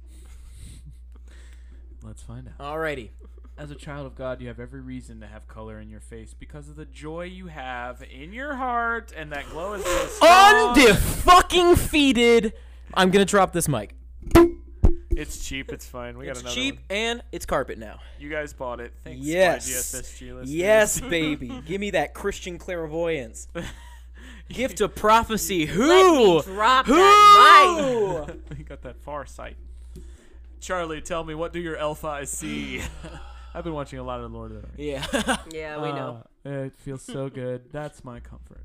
E: Let's find out.
F: Alrighty.
E: As a child of God, you have every reason to have color in your face because of the joy you have in your heart, and that glow
F: *laughs*
E: is so strong.
F: fucking feated. I'm gonna drop this mic.
E: It's cheap. It's fine. We got
F: It's
E: another
F: cheap
E: one.
F: and it's carpet now.
E: You guys bought it. Thanks,
F: Yes.
E: YGSSG listeners. *laughs*
F: Yes, baby. Give me that Christian clairvoyance. Gift of prophecy. Who?
G: Let me drop
F: Who?
G: that mic.
E: *laughs* you got that far sight. Charlie, tell me, what do your elf eyes see? *laughs* I've been watching a lot of Lord of the Rings. *laughs*
F: Yeah.
G: Yeah, we know.
E: Uh, it feels so good. That's my comfort.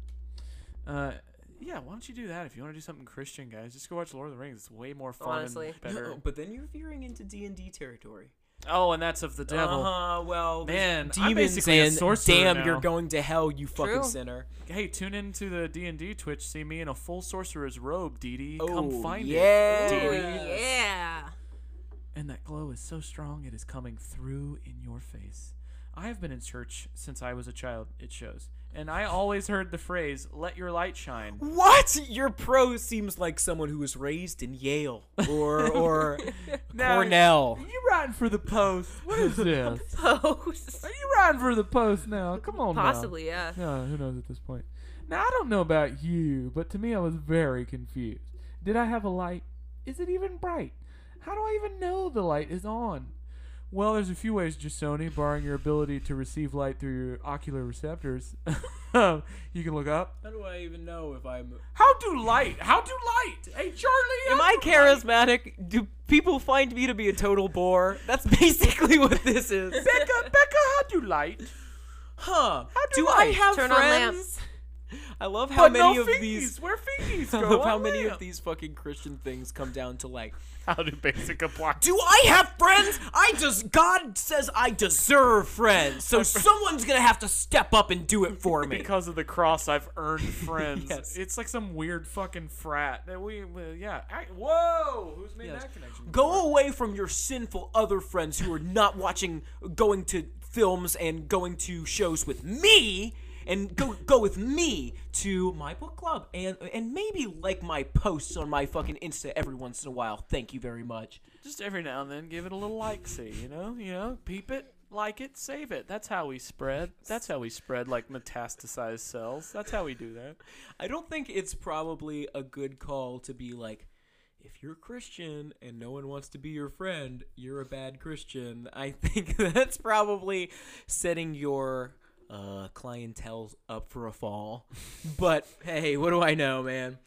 E: Uh, yeah, why don't you do that if you want to do something Christian, guys? Just go watch Lord of the Rings. It's way more fun
G: Honestly.
E: and better.
F: Oh, but then you're veering into D and D territory.
E: Oh, and that's of the devil.
F: Uh huh. Well, there's
E: Man, I'm
F: demons
E: basically a
F: and
E: sorcerer
F: damn,
E: now.
F: you're going to hell, you fucking
G: True.
F: sinner.
E: Hey, tune into the D and D Twitch. See me in a full sorcerer's robe, Dee Dee. Come
F: Oh,
E: find
F: yeah.
E: it,
G: Oh,
E: Dee Dee.
G: yeah.
E: and that glow is so strong it is coming through in your face. I have been in church since I was a child, it shows. And I always heard the phrase, let your light shine.
F: What? Your pro seems like someone who was raised in Yale or *laughs* or
E: Now,
F: Cornell.
E: You riding for the post. What *laughs* is this?
F: *laughs*
G: Post.
E: Are you riding for the post now? Come on now.
G: *laughs* Possibly, yeah.
E: No, who knows at this point. Now, I don't know about you, but to me, I was very confused. Did I have a light? Is it even bright? How do I even know the light is on? Well, there's a few ways, Jasoni, barring your ability to receive light through your ocular receptors. *laughs* you can look up.
F: How do I even know if I'm?
E: How do light? How do light? Hey, Charlie!
F: Am I charismatic? Do people find me to be a total bore? That's *laughs* basically what this is.
E: Becca, Becca, how do light?
F: Huh?
E: do
F: do
E: I?
F: I have
G: Turn on
F: friends? I love how many of these.
E: Where fingies
F: I
E: go?
F: love how many *laughs* of these fucking Christian things come down to like,
E: How do basic apply?
F: do I have friends? I just God says I deserve friends, *laughs* so someone's gonna have to step up and do it for me.
E: because of the cross i've earned *laughs* friends
F: Yes.
E: it's like some weird fucking frat that we uh, yeah I, whoa who's made that connection
F: Go away from your sinful other friends who are not watching, going to films and going to shows with me, and go go with me to my book club, and and maybe like my posts on my fucking Insta every once in a while. Thank you very much.
E: just every now and then give it a little like see you know you know peep it like it save it that's how we spread that's how we spread like metastasized cells that's how we do that
F: I don't think it's probably a good call to be like. If you're Christian and no one wants to be your friend, you're a bad Christian. I *laughs* think that's probably setting your uh, clientele up for a fall. But hey, what do I know, man?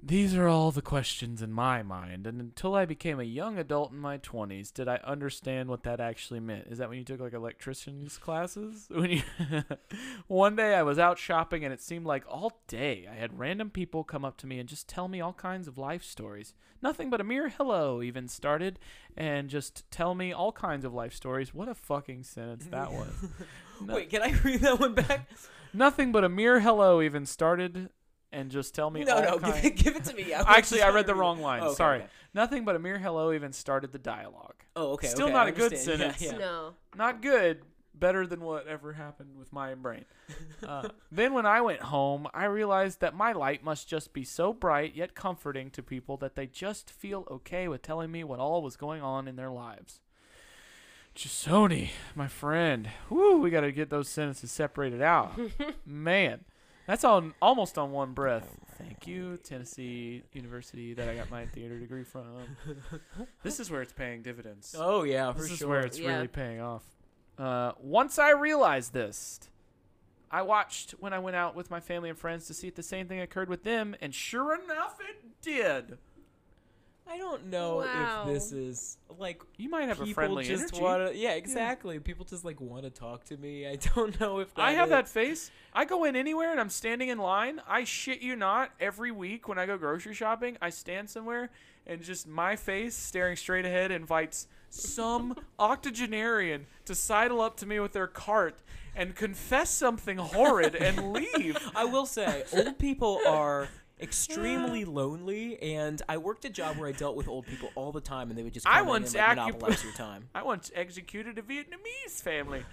E: These are all the questions in my mind, and until I became a young adult in my 20s, did I understand what that actually meant? Is that when you took like electrician's classes? *laughs* When you One day I was out shopping and it seemed like all day I had random people come up to me and just tell me all kinds of life stories. Nothing but a mere hello even started and just tell me all kinds of life stories. What a fucking sentence that was.
F: *laughs*
E: No-
F: Wait, can I read that one back?
E: nothing but a mere hello even started and just tell me
F: No, *laughs*
E: all
F: no,
E: kinds
F: give it, give it to me. I was
E: Actually,
F: just
E: I
F: trying
E: read
F: to
E: the wrong
F: it.
E: line.
F: Oh, okay,
E: Sorry.
F: okay.
E: Nothing but a mere hello even started the dialogue.
F: Oh, okay.
E: Still
F: okay,
E: not
F: I
E: a good
F: understand. Yeah,
E: sentence.
F: yeah.
G: No.
E: Not good. Better than whatever happened with my *laughs* brain. Uh, then, when I went home, I realized that my light must just be so bright yet comforting to people that they just feel okay with telling me what all was going on in their lives. Gisoni, my friend. Whoo, we got to get those sentences separated out. *laughs* Man, that's on almost on one breath. Thank you, Tennessee University, that I got my theater degree *laughs* from. This is where it's paying dividends.
F: Oh yeah, for
E: this is
F: sure.
E: where it's
G: Yeah.
E: really paying off. Uh, once I realized this, I watched when I went out with my family and friends to see if the same thing occurred with them, and sure enough, it did.
F: I don't know
G: Wow.
F: if this is like
E: You might have
F: people
E: a friendly
F: just
E: energy.
F: wanna. Yeah, exactly. People just like want to talk to me. I *laughs* don't know if
E: I have
F: is-
E: that face. I go in anywhere and I'm standing in line. I shit you not, every week when I go grocery shopping, I stand somewhere and just my face staring straight ahead invites some octogenarian to sidle up to me with their cart and confess something horrid and leave.
F: I will
E: *laughs*
F: say, old people are
G: *laughs*
F: extremely lonely, and I worked a job where I dealt with old people all the time, and they would just come
E: I
F: in
E: once
F: and like,
E: acu-
F: monopolize your
E: *laughs*
F: time.
E: I once executed a Vietnamese family.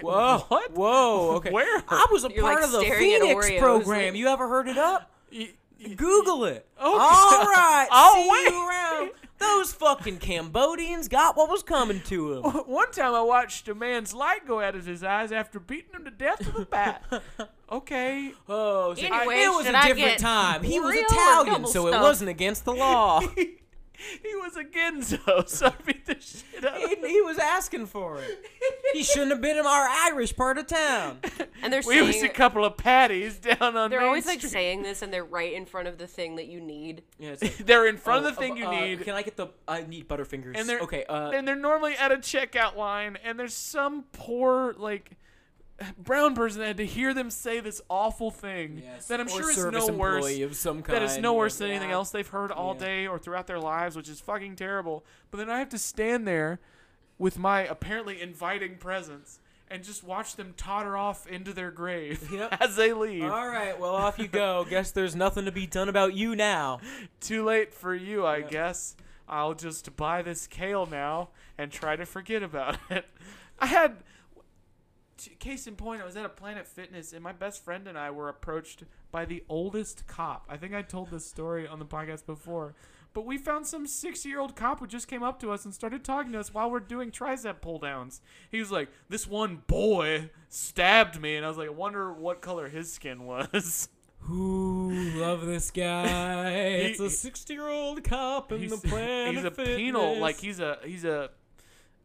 F: Whoa!
E: What?
F: Whoa! Okay.
E: Where?
F: I was a
G: You're,
F: part
G: like,
F: of the
G: staring at
F: Phoenix
G: Oreos,
F: program.
G: like-
F: You ever heard it up?
E: Y- y-
F: Google it.
E: Okay.
F: All
E: *laughs*
F: right.
E: Oh,
F: see
E: wait.
F: you around. Those fucking Cambodians got what was coming to
E: *laughs*
F: them.
E: One time I watched a man's light go out of his eyes after beating him to death with a bat. Okay.
F: Oh, so
G: Anyway,
F: it was a
G: should I
F: different
G: get
F: time. He was
G: real or
F: Italian,
G: double
F: so it
G: stuff?
F: wasn't against the
E: *laughs*
F: law.
E: he was a Genzo, so I beat the
F: *laughs*
E: shit out of
F: he,
E: him.
F: he was asking for it. He shouldn't have been in our Irish part of
E: *laughs*
F: town.
G: And they're
E: We
G: saying,
E: was a couple of patties down on
G: they're
E: Main
G: always like
E: Street.
G: saying this, and they're right in front of the thing that you need.
F: Yeah, it's like,
E: they're in front of
F: oh,
E: the thing
F: uh,
E: you
F: uh,
E: need,
F: Can I get the? I need Butterfingers.
E: and they're
F: okay. Uh,
E: and they're normally at a checkout line, and there's some poor like brown person that had to hear them say this awful thing
F: yes,
E: that I'm
F: or
E: sure is
F: service
E: no worse.
F: employee Of some kind,
E: That is no
F: yeah.
E: worse than anything
G: Yeah.
E: else they've heard all
F: Yeah.
E: day or throughout their lives, which is fucking terrible. But then I have to stand there with my apparently inviting presence and just watch them totter off into their grave
F: Yep.
E: *laughs* as they leave.
F: All right. Well, off you
E: *laughs*
F: go. Guess there's nothing to be done about you now.
E: Too late for you, I guess. I'll just buy this kale now and try to forget about *laughs* it. I had. t- Case in point, I was at a Planet Fitness and my best friend and I were approached by the oldest cop. I think I told this story on the podcast before. But we found some six year old cop who just came up to us and started talking to us while we're doing tricep pull downs. He was like, This one boy stabbed me. And I was like, I wonder what color his skin *laughs* was.
F: Ooh, love this guy. it's a
E: *laughs* he-
F: 60 year old cop in the
E: *laughs* he's,
F: planet.
E: he's a penal, like
F: Fitness.
E: he's a he's a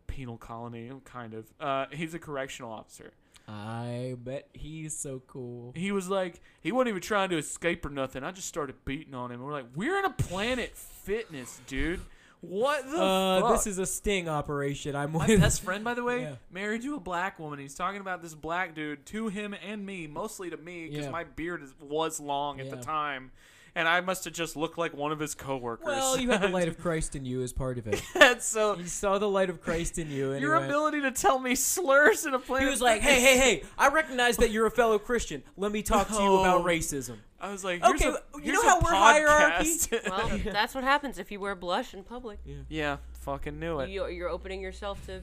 E: penal colony, kind of. Uh, he's a correctional officer.
F: I bet he's so cool.
E: He was like, he wasn't even trying to escape or nothing. I just started beating on him. We're like, we're in a Planet Fitness, dude. What the
F: Uh,
E: fuck?
F: this is a sting operation. I'm
E: my
F: with. *laughs*
E: best friend, by the way,
F: Yeah.
E: married to a black woman. He's talking about this black dude to him and me, mostly to me, because
F: Yeah.
E: my beard is, was long at the
F: Yeah.
E: time, and I must have just looked like one of his coworkers. *laughs*
F: Well, you had *laughs* the light of Christ in you as part *laughs* of it.
E: And so
F: He saw the light of Christ in you. And
E: your
F: he went-
E: ability to tell me slurs in a Planet
F: He was like, "Hey, hey, hey! I recognize that you're a fellow Christian. Let me talk to you
E: Oh.
F: about racism."
E: I was like,
F: Okay,
E: okay,
F: you know how we're hierarchy?
E: *laughs*
F: *laughs*
G: Well, that's what happens if you wear blush in public.
E: yeah, fucking knew it.
G: You, you're opening yourself to,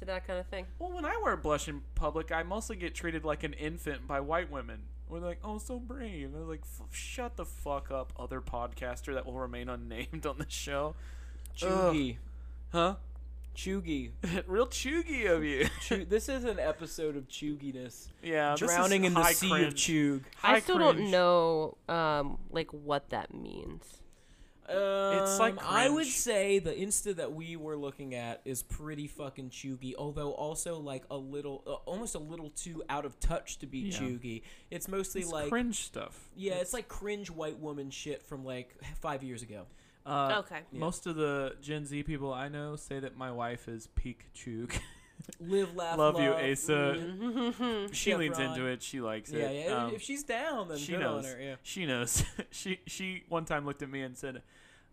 G: to that kind of thing.
E: Well, when I wear blush in public, I mostly get treated like an infant by white women. We're like, oh, so brave. I was like, F- shut the fuck up, other podcaster that will remain unnamed on the show,
F: Chugi,
E: huh? *laughs*
F: Chugi,
E: Real chuggy
F: *laughs*
E: of you.
F: Chu- this is an episode of Chuginess.
E: yeah, this is
F: Drowning in the
E: high
F: sea of
E: cringe.
F: Chug.
G: I
E: High
G: still
E: cringe.
G: don't know, um, like what that means.
F: it's
E: like
F: Um, I would
E: cringe.
F: say the Insta that we were looking at is pretty fucking chuggy, although also like a little, uh, almost a little too out of touch to be
E: Yeah.
F: chuggy. It's mostly
E: It's
F: like
E: cringe stuff.
F: yeah, it's like cringe white woman shit from like five years ago.
E: Uh,
G: okay.
E: Most of the Gen Z people I know say that my wife is peak chug.
F: Live, laugh,
E: Love
F: love,
E: you, Asa. *laughs* She
F: Chevron.
E: leans into it. She likes
F: Yeah,
E: it.
F: yeah.
E: Um,
F: if she's down, then
E: she
F: good
E: knows.
F: on her. Yeah.
E: She knows. *laughs* she she one time looked at me and said,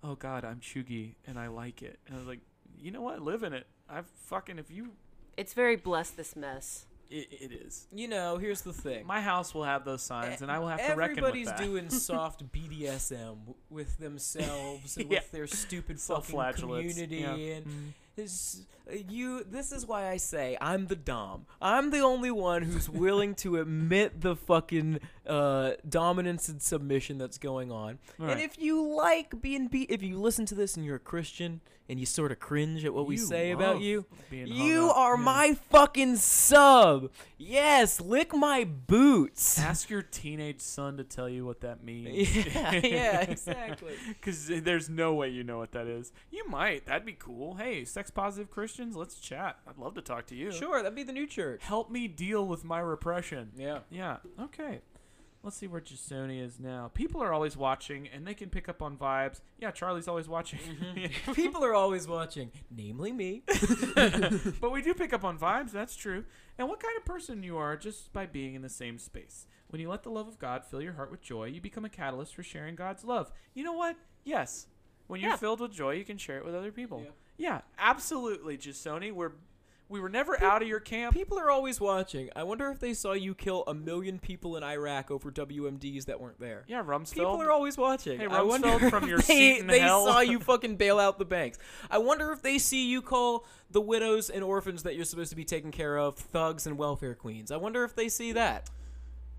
E: "Oh God, I'm chuggy and I like it." And I was like, "You know what? Live in it. I fucking if you,
G: It's very bless this mess.
E: it, it is.
F: You know, here's the thing.
E: My house will have those signs, and I will have to reckon with
F: Everybody's
E: that. *laughs*
F: doing soft BDSM w- with themselves and
E: *laughs* Yeah.
F: with their stupid fucking
E: Self-flagellates,
F: community.
E: yeah. Mm-hmm.
F: And this, uh, you, this is why
E: *laughs*
F: I say I'm the dom. I'm the only one who's willing to admit the fucking uh, dominance and submission that's going on. And if you like being beat, if you listen to this and you're a Christian and you sort of cringe at what we
E: You
F: say about
E: love
F: you,
E: being hung
F: you
E: up,
F: are
E: yeah.
F: my fucking sub. Yes, lick my boots.
E: *laughs* Ask your teenage son to tell you what that *laughs* means.
F: yeah, yeah, exactly.
E: Because there's no way you know what that is. You might. That'd be cool. Hey, sex positive Christians, let's chat. I'd love to talk to
F: *laughs*
E: you.
F: Sure, that'd be the new church.
E: Help me deal with my repression.
F: Yeah.
E: Yeah. Okay. Let's see where Jasoni is now. People are always watching, and they can pick up on vibes. Yeah, Charlie's always watching.
F: *laughs* People are always watching, namely me.
E: *laughs*
F: *laughs*
E: but we do pick up on vibes, that's true. And what kind of person you are just by being in the same space. When you let the love of God fill your heart with joy, you become a catalyst for sharing God's love. You know what? Yes. When you're
G: Yeah.
E: filled with joy, you can share it with other people. Yeah, absolutely, Gisoni. We're we were never out of your camp.
F: People are always watching. I wonder if they saw you kill a million people in Iraq over WMDs that weren't there.
E: yeah, Rumsfeld.
F: People are always watching.
E: Hey,
F: I wonder
E: Rumsfeld
F: if *laughs*
E: from your
F: they,
E: seat in
F: they
E: hell.
F: saw
E: *laughs*
F: you fucking bail out the banks. I wonder if they see you call the widows and orphans that you're supposed to be taking care of thugs and welfare queens. I wonder if they see that.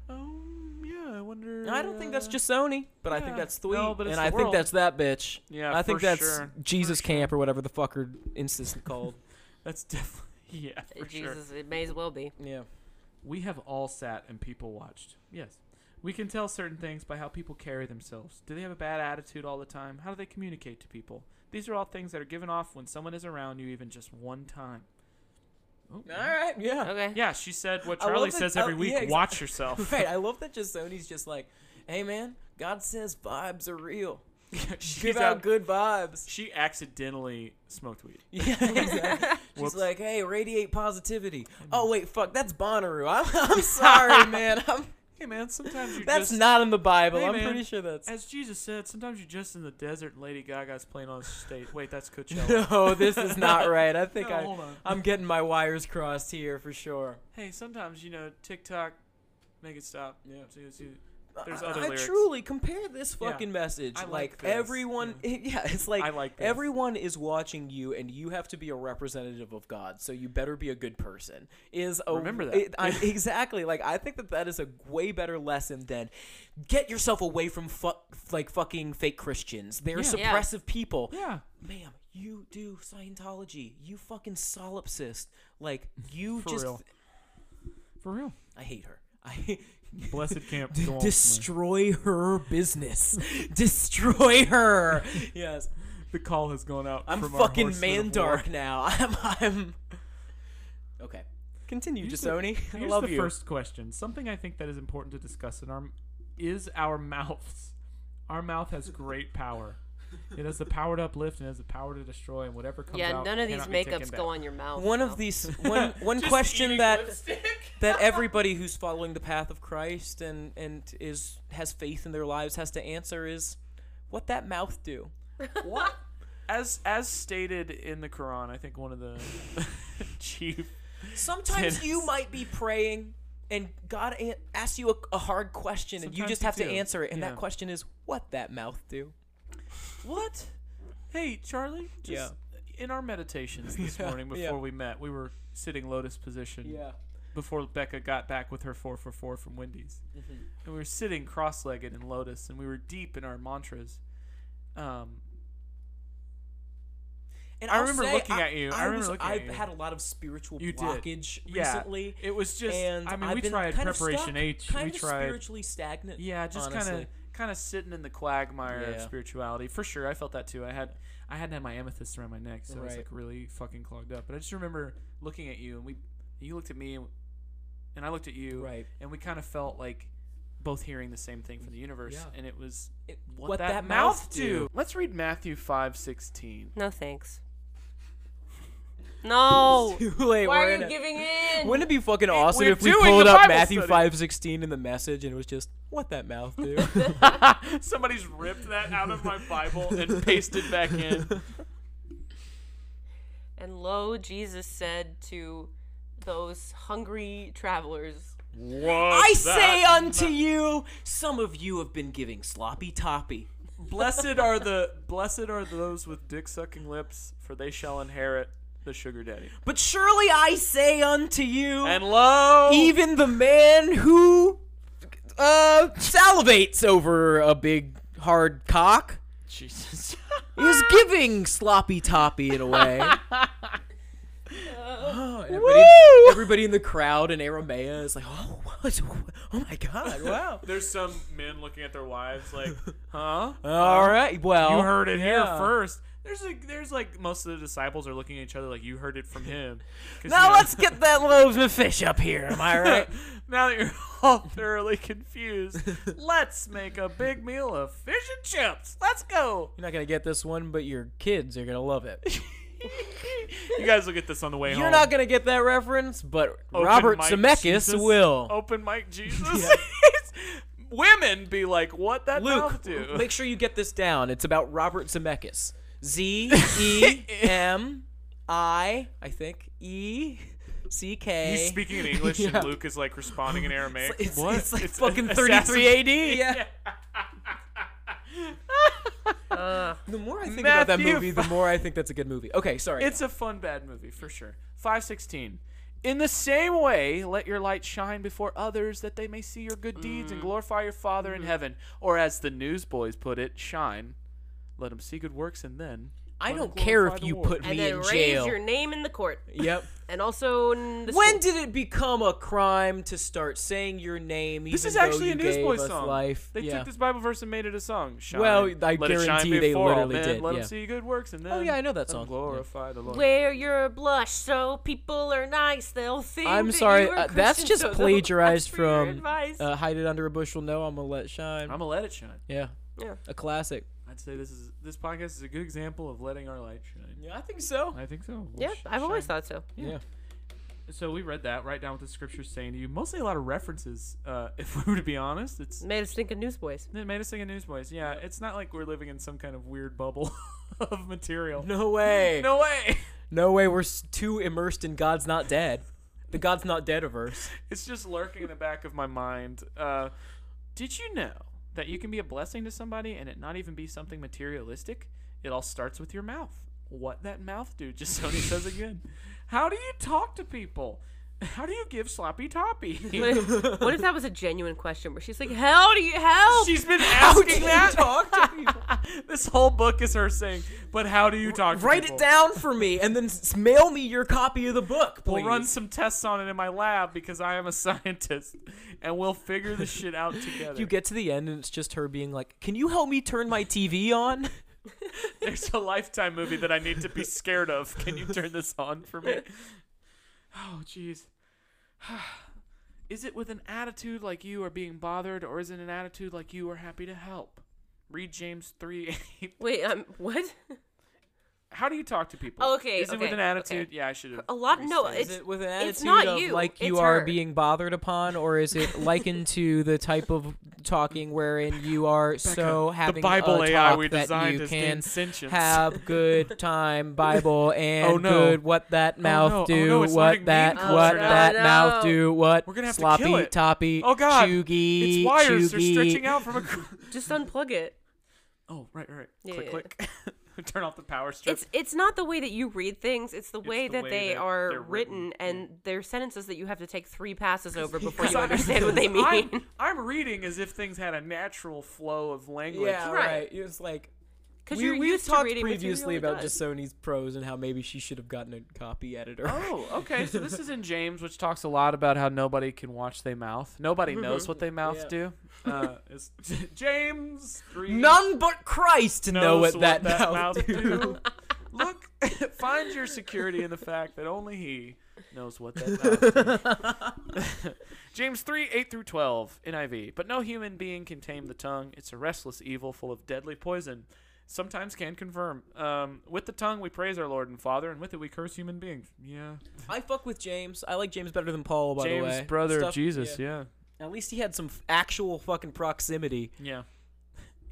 E: um, yeah, I wonder.
F: I don't think that's
E: uh,
F: just Sony, but I think
E: yeah.
F: that's Thwee,
E: No, but it's
F: and
E: the
F: I think
E: world.
F: that's that bitch.
E: Yeah,
F: I think
E: for
F: that's
E: sure.
F: Jesus Camp or whatever the fucker instance called.
E: that's *laughs* definitely yeah for sure.
G: Jesus, it may as well be.
F: Yeah.
E: We have all sat and people watched. Yes. We can tell certain things by how people carry themselves. Do they have a bad attitude all the time? How do they communicate to people? These are all things that are given off when someone is around you even just one time. Oh,
F: All right. Yeah.
G: Okay.
E: Yeah, she said what
F: I love
E: Charlie
F: that-
E: says every
F: oh,
E: week,
F: yeah, exa- *laughs*
E: watch yourself.
F: Right. I love that just Sony's just like, hey man, God says vibes are
E: *laughs*
F: real.
E: She's
F: Give out
E: out-
F: good
E: *laughs*
F: vibes.
E: She accidentally smoked weed.
F: Yeah,
E: *laughs*
F: exactly. She's
E: Whoops. Mm-hmm.
F: like, hey, radiate positivity. Oh wait, fuck, that's Bonnaroo. *laughs* I'm, I'm
E: *laughs*
F: sorry, man. I'm,
E: Hey man, sometimes you
F: that's
E: just
F: not in the Bible.
E: Hey,
F: I'm
E: man.
F: pretty sure that's.
E: as Jesus said, sometimes you're just in the desert and Lady Gaga's playing on the stage. Wait, that's Coachella.
F: *laughs* No, this is
E: *laughs*
F: not right. I think
E: No,
F: I,
E: hold on.
F: I'm getting my wires crossed here for sure.
E: Hey, sometimes you know TikTok, make it stop.
F: Yeah.
E: So you see- There's other
F: I, I
E: lyrics.
F: truly compare this
E: Yeah.
F: fucking message.
E: I like
F: like
E: this.
F: everyone, *laughs* yeah. it's like,
E: I like this.
F: everyone is watching you, and you have to be a representative of God. So you better be a good person. Is a,
E: Remember that. *laughs*
F: it- I, exactly. Like I think that that is a way better lesson than get yourself away from fuck like fucking fake Christians. They're
G: Yeah.
F: suppressive people.
E: Yeah.
F: Ma'am, you do Scientology. You fucking solipsist. Like you
E: *laughs* For
F: just.
E: real. For real.
F: I hate her. *laughs* I.
E: Blessed camp. *laughs*
F: D-
E: go on.
F: destroy her business. *laughs* destroy her. *laughs* Yes.
E: the call has gone out.
F: I'm
E: from our
F: fucking
E: horsemen of
F: Mandark
E: *laughs* war.
F: now. *laughs* I'm I'm Okay. Continue,
E: Here's
F: Jasoni. *laughs*
E: the-
F: I
E: here's
F: love
E: the
F: you.
E: first question. Something I think that is important to discuss in our is our *laughs* mouths. Our mouth has great power. It has the power to uplift and has the power to destroy, and whatever comes
G: Yeah,
E: out
G: none of these
E: cannot be taken
G: makeups go
E: back.
G: on your mouth.
F: One
G: now.
F: of
E: *laughs*
F: these one one question that that everybody who's following the path of Christ and and is has faith in their lives has to answer is what that mouth do?
E: What? As as stated in the Quran, I think one of *laughs* the chief
F: Sometimes
E: Tennis.
F: you might be praying and God an- asks you a, a hard question and you
E: Sometimes
F: just
E: you
F: have to
E: do.
F: answer it. And
E: Yeah.
F: that question is, what that mouth do?
E: What? Hey, Charlie. Just In our meditations *laughs* this
F: Yeah,
E: morning before
F: yeah.
E: we met, we were sitting lotus position before Becca got back with her four for four from Wendy's,
F: Mm-hmm.
E: and we were sitting cross-legged in lotus, and we were deep in our mantras. Um,
F: And
E: I
F: I'll
E: remember
F: say,
E: looking
F: I-
E: at you. I remember
F: was-
E: looking at
F: I've
E: you.
F: had a lot of spiritual
E: You did.
F: blockage
E: Yeah.
F: recently.
E: It was just-
F: and
E: I mean,
F: I've
E: we
F: been
E: tried
F: kind of
E: Preparation
F: stuck,
E: H,
F: Kind
E: we
F: of
E: tried-
F: spiritually stagnant.
E: yeah, just kind
F: honestly.
E: of kind of sitting in the quagmire of
F: Yeah.
E: spirituality for sure. I felt that too. I had I hadn't had my amethyst around my neck, so I was
F: Right.
E: like really fucking clogged up. But I just remember looking at you, and we you looked at me, and, and I looked at you,
F: Right.
E: And we kind of felt like both hearing the same thing from the universe,
F: Yeah.
E: and it was
F: It-
E: what, that, mouth, do. Let's read Matthew five sixteen.
G: No thanks. No.
E: *laughs*
F: Too late.
G: Why
F: we're
G: are
F: in
G: you
F: it.
G: giving
F: *laughs*
G: in?
F: Wouldn't it be fucking awesome
E: we're
F: if we
E: doing
F: pulled
E: a
H: Bible
F: up Matthew
E: study.
F: five sixteen in the message and it was just what that mouth
E: *laughs*
F: do?
E: *laughs* Somebody's ripped that out
F: *laughs*
E: of my Bible and pasted back in.
G: And lo, Jesus said to those hungry travelers,
F: I say unto you, some of you have been giving sloppy toppy.
E: Blessed are the blessed are those with dick sucking lips, for they shall inherit the sugar daddy.
F: But surely I say unto you,
E: And lo,
F: even the man who uh, salivates over a big hard cock.
H: Jesus.
F: He's giving sloppy toppy in a *laughs* way. Oh, and everybody, everybody in the crowd in Aramea is like, oh, what? oh my god, wow.
E: There's some men looking at their wives *laughs* like, huh?
F: All right, well,
E: You heard it
F: yeah.
E: here first. There's like, there's like most of the disciples are looking at each other like you heard it from *laughs* him. 'Cause, you
F: Now
E: know,
F: let's get that loaves of fish up here. Am
E: *laughs*
F: I right?
E: now that you're *laughs* all thoroughly *laughs* confused, let's make a big meal of fish and chips. Let's go.
F: *laughs* You're not gonna get this one, but your kids are gonna love *laughs* it.
E: You guys will get this on the way home.
F: You're not gonna get that reference, but
E: Open
F: Robert
E: mic
F: Zemeckis
E: Jesus. Oh,
F: will.
E: Open
F: *laughs*
E: mic Jesus. *laughs* Women be like, what that mouth
F: Luke, *laughs*
E: do?
F: make sure you get this down. It's about Robert Zemeckis. Z *laughs* E M I, I think E C K.
E: He's speaking in
F: *laughs*
E: English
F: Yeah.
E: and Luke is like responding in Aramaic.
F: It's,
E: what?
F: it's like
E: It's
F: fucking
E: Assassin's-
F: 33 AD. *laughs*
E: *laughs*
F: Yeah. the more I think about that
E: Matthew
F: movie, the more I think that's a good movie. Okay, sorry.
E: It's a fun bad movie for sure. 516. In the same way, let your light shine before others that they may see your good deeds
F: Mm.
E: and glorify your Father
F: Mm-hmm.
E: in heaven. Or as the newsboys put it, shine. Let them see good works and then.
F: I
E: let 'em
F: don't care
E: glorify
F: if
E: the
F: you
E: Lord.
F: put
G: and
F: me
G: then
F: in
G: raise
F: jail.
G: your name in the court,
F: *laughs* Yep.
G: and also in the
F: When
G: school.
F: did it become a crime to start saying your name?
E: This
F: even
E: is
F: though
E: actually
F: you
E: a
F: gave
E: Newsboys
F: us
E: song.
F: Life.
E: They
F: yeah.
E: took this Bible verse and made it a song. Shine.
F: Well, I
E: Let it shine
F: guarantee they
E: before all
F: literally
E: men.
F: did,
E: Let
F: yeah.
E: them see your good works and then.
F: Oh, yeah, I know that
E: let 'em
F: song, yeah.
E: Glorify the Lord.
G: Wear your blush so people are nice. They'll think.
F: I'm
G: that
F: sorry,
G: you are
F: uh, that's
G: Christian,
F: just
G: so they'll ask
F: plagiarized
G: for your
F: from
G: advice.
F: uh, "Hide It Under a Bushel." No, I'm gonna let shine.
E: I'm going to let it shine.
F: yeah,
G: Yeah.
F: a classic.
E: I'd say this is this podcast is a good example of letting our light shine.
F: Yeah, I think so.
E: I think so. We'll
G: yeah,
E: sh-
G: I've always
E: shine.
G: thought so.
F: Yeah,
E: So we read that. Write down what the scripture's saying to you. Mostly a lot of references. Uh, *laughs* if we were to be honest, it's
G: Made us think of *laughs* newsboys.
E: it made us think of Newsboys. Yeah, it's not like we're living in some kind of weird bubble *laughs* of material.
F: no way, no,
E: No way.
F: way. We're s- too immersed in God's not dead, the God's not dead *laughs* averse.
E: It's just lurking in the back of my mind. Uh, did you know that you can be a blessing to somebody and it not even be something materialistic? It all starts with your mouth. What that mouth do? *laughs* Just Sony says again. How do you talk to people? How do you give sloppy
F: *laughs*
E: toppy? *laughs*
G: What if, what if that was a genuine question where she's like, "How do you help?"
E: She's
F: *laughs*
E: been asking
F: you
E: that.
F: talk *laughs* to people?
E: this whole book is her saying, but how do you talk to
F: Write
E: people?
F: it down for me, and then s- mail me your copy of the book, please.
E: We'll run some tests on it in my lab because I am a *laughs* scientist and we'll figure this shit out
F: *laughs*
E: together.
F: you get to the end, and it's just her being like, "Can you help me turn my TV *laughs* on?"
E: There's a lifetime movie that I need to be scared of. Can you turn this on for me? Oh, jeez. *sighs* Is it with an attitude like you are being bothered, or is it an attitude like you are happy to help? Read James *laughs* 3 8.
G: Wait, um, what? *laughs*
E: How do you talk to people?
G: Okay,
E: Is it with
G: okay,
E: an
G: okay.
E: attitude? Yeah, I should have.
G: A lot. No,
E: restated.
G: it's
F: Is it with an
G: it's
F: attitude
G: not
F: of
G: you,
F: like you
G: it's
F: are
G: her.
F: being bothered upon, or is
G: *laughs*
F: it likened to the type of talking wherein you are so having
E: Bible
F: a
E: AI
F: talk
E: we
F: that
E: designed
F: you
E: is
F: can
E: named sentience.
F: have
E: *laughs*
F: good time Bible and
E: Oh, no.
F: good what that mouth
E: no. Oh,
F: do
E: no, it's
F: what
E: learning me
F: that
E: culture
F: what
G: now.
F: that
G: Oh,
F: mouth
G: no.
F: do what
E: We're gonna have to
F: sloppy
E: kill it.
F: toppy
E: Oh, God.
F: chuggy
E: Its wires are
F: chuggy.
E: stretching out from a. cr-
G: just unplug it.
E: Oh, right, right.
G: Yeah,
E: click,
G: yeah.
E: click. *laughs* Turn off the power strip.
G: It's it's not the way that you read things. It's the way
E: the
G: that
E: way
G: they
E: that
G: are
E: they're
G: written,
E: written,
G: and they're sentences that you have to take three passes *laughs* over before
E: 'Cause
G: you
E: I-
G: understand what they mean.
E: *laughs* I'm, I'm reading as if things had a natural flow of language.
F: yeah
G: Right.
F: right it was like
G: Because
F: we,
G: you're
F: we've
G: used to
F: talked
G: reading
F: previously
G: material
F: about
G: that does.
F: Jasoni's prose and how maybe she should have gotten a copy editor.
E: Oh, okay. So *laughs* this is in James, which talks a lot about how nobody can watch their mouth. Nobody knows what they mouth
F: Yeah.
E: do. Mm-hmm. Uh, it's *laughs* James
F: *laughs*
E: three.
F: None but Christ
E: knows
F: know what that,
E: that
F: mouth, do. *laughs*
E: Look, *laughs* find your security in the fact that only he knows what that mouth *laughs* do. James 3, 8 through 12, NIV. But no human being can tame the tongue. It's a restless evil full of deadly poison. Sometimes can confirm. Um, with the tongue we praise our Lord and Father, and with it we curse human beings. Yeah.
F: I fuck with James. I like James better than Paul, by the way.
E: James, brother of
F: Stuff-
E: Jesus. Yeah.
F: At least he had some f- actual fucking proximity.
E: Yeah.